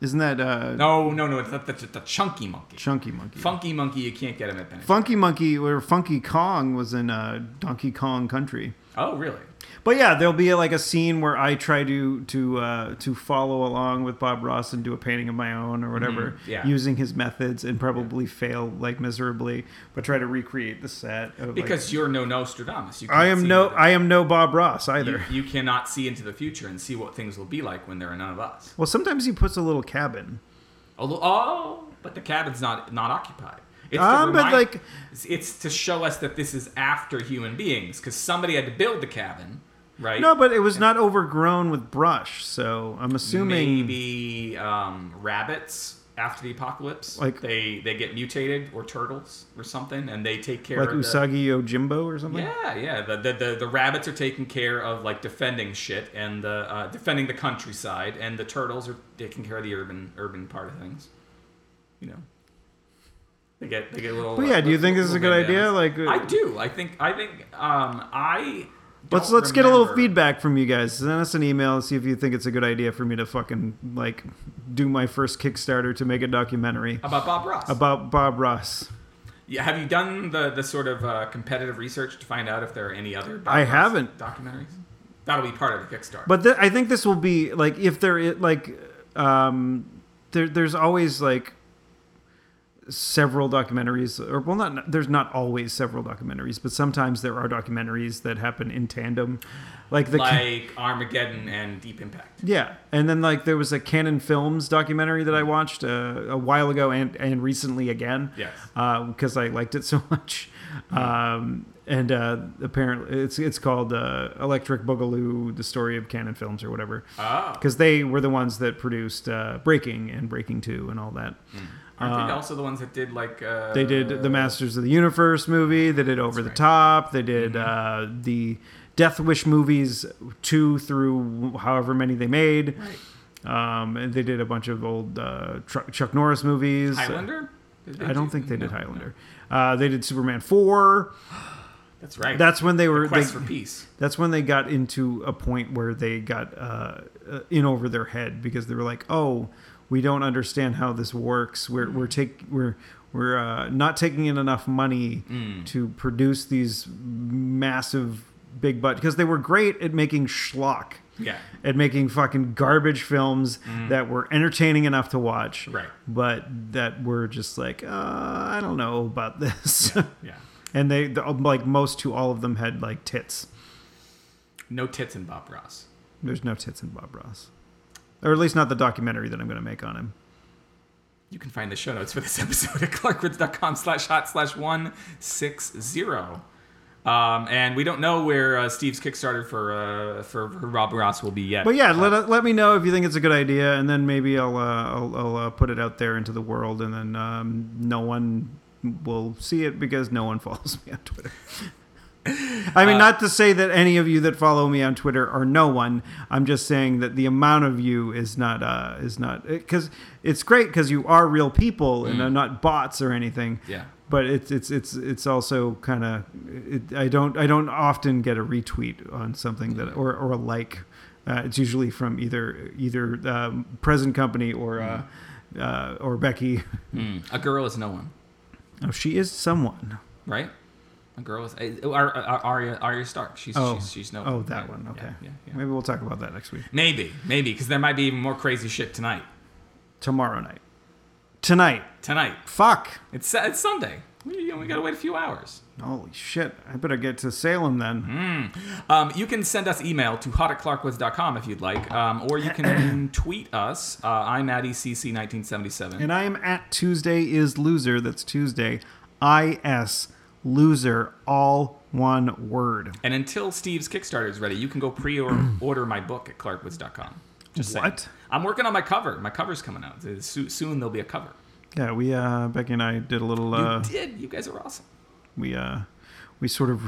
B: isn't that uh,
A: No, no, no. It's not the, the chunky monkey.
B: chunky monkey?
A: Funky monkey, you can't get him at Ben. and
B: Funky Monkey or Funky Kong was in uh, Donkey Kong Country.
A: Oh, really?
B: But yeah, there'll be like a scene where I try to to uh, to follow along with Bob Ross and do a painting of my own or whatever,
A: Mhm, yeah.
B: using his methods and probably fail like miserably, but try to recreate the set. Of, like-
A: Because you're no Nostradamus. You can't
B: I am
A: see
B: no
A: into the-
B: I am no Bob Ross
A: you,
B: either.
A: you cannot see into the future and see what things will be like when there are none of us.
B: Well, sometimes he puts a little cabin.
A: Although, oh, but the cabin's not not occupied. It's to
B: Um, but
A: remind-
B: like
A: it's- it's to show us that this is after human beings because somebody had to build the cabin, right?
B: no, but it was not overgrown with brush, so I'm assuming
A: maybe um, rabbits after the apocalypse,
B: Like-
A: they they get mutated or turtles or something, and they take care
B: like
A: of the-
B: Usagi Yojimbo or something.
A: Yeah, yeah. The, the the the rabbits are taking care of like defending shit and the uh, defending the countryside, and the turtles are taking care of the urban urban part of things. You know, they get they get a little.
B: But yeah, do you think this is a
A: little
B: good idea?
A: bandanas.
B: Like, uh,
A: I do. I think I think um I.
B: Let's
A: don't
B: let's get a little
A: remember-
B: feedback from you guys. Send us an email and see if you think it's a good idea for me to fucking like do my first Kickstarter to make a documentary
A: about Bob Ross.
B: about Bob Ross.
A: yeah, have you done the the sort of uh, competitive research to find out if there are any other? Bob
B: I
A: Ross
B: haven't.
A: documentaries. That'll be part of the Kickstarter.
B: But th- I think this will be like if there i- like um there there's always like several documentaries or well not there's not always several documentaries but sometimes there are documentaries that happen in tandem like the
A: like Armageddon and Deep Impact.
B: yeah and then like there was a canon films documentary that i watched uh, a while ago and and recently again
A: Yes.
B: because i liked it so much um and uh apparently it's it's called uh, electric boogaloo the story of canon films or whatever
A: Oh.
B: because they were the ones that produced uh breaking and breaking two and all that
A: Aren't they also the ones that did like uh,
B: Uh, They did the Masters of the Universe movie. They did Over the
A: right. Mm-hmm.
B: Top. They did uh, the Death Wish movies, two through however many they made.
A: Right.
B: Um, and they did a bunch of old uh, Tru- Chuck Norris movies.
A: Highlander? Did
B: I don't
A: do-
B: think they did
A: no.
B: Highlander. Uh, they did Superman four.
A: That's right.
B: That's when they were. They,
A: Quest for Peace.
B: that's when they got into a point where they got uh, uh, in over their head because they were like, "Oh, we don't understand how this works. We're we're take we're we're uh, not taking in enough money
A: Mm.
B: to produce these massive big butt because they were great at making schlock."
A: Yeah.
B: At making fucking garbage films that were entertaining enough to watch,
A: Right.
B: But that were just like, uh, I don't know about this.
A: Yeah.
B: and they, the, um, like most to all of them, had like tits.
A: No tits in Bob Ross.
B: There's no tits in Bob Ross. Or at least not the documentary that I'm going to make on him.
A: You can find the show notes for this episode at clarkwoods.com slash hot slash 160. Um, and we don't know where uh, Steve's Kickstarter for, uh, for for Rob Ross will be yet.
B: But yeah, let, uh, let me know if you think it's a good idea, and then maybe I'll uh, I'll, I'll uh, put it out there into the world, and then um, no one will see it because no one follows me on Twitter. I mean, not to say that any of you that follow me on Twitter are no one. I'm just saying that the amount of you is not uh, is not because it's great because you are real people and are not bots or anything.
A: Yeah.
B: but it's it's it's it's also kind of it, I don't I don't often get a retweet on something that or or a like. Uh, it's usually from either either um, present company or uh, uh, or Becky.
A: Hmm. A girl is no one,
B: Oh, she is someone.
A: right? A girl is. Uh, Ar- Ar- Arya, Arya Stark. She's,
B: Oh,
A: she's, she's no
B: oh that
A: Yeah,
B: one. Okay,
A: Yeah, yeah, yeah.
B: maybe we'll talk about that next week.
A: Maybe, maybe, because there might be even more crazy shit tonight.
B: Tomorrow night, tonight.
A: Tonight.
B: Fuck.
A: It's, Sa- it's Sunday. We, we gotta wait a few hours.
B: Holy shit! I better get to Salem then.
A: Hmm? Um, you can send us email to hot at clarkwoods.com if you'd like, um, or you can tweet us. Uh, I'm at ECC1977.
B: And I am at Tuesday is loser. That's Tuesday. I S loser. All one word.
A: And until Steve's Kickstarter is ready, you can go pre order my book at clarkwoods.com. Just saying.
B: What?
A: I'm working on my cover. My cover's coming out. It's so- Soon there'll be a cover.
B: Yeah, we uh, Becky and I did a little.
A: You
B: Uh,
A: did. You guys are awesome.
B: we uh, we sort of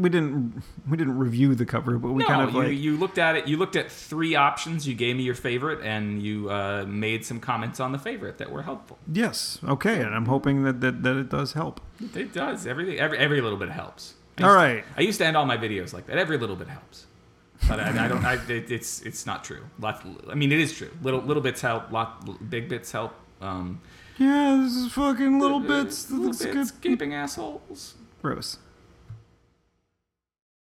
B: we didn't we didn't review the cover, but we
A: No,
B: kind of
A: you,
B: like
A: you looked at it. You looked at three options. You gave me your favorite, and you uh, made some comments on the favorite that were helpful.
B: yes, okay, and I'm hoping that that, that it does help.
A: It does. Everything, every, every little bit helps. I
B: All
A: used-
B: right.
A: I used to end all my videos like that. Every little bit helps. But I, I don't. I, it, it's it's not true. Lots, I mean, it is true. Little little bits help. Lot big bits help. Um,
B: Yeah, this is fucking little bits.
A: Little
B: This
A: bits.
B: good.
A: Gaping assholes.
B: Gross.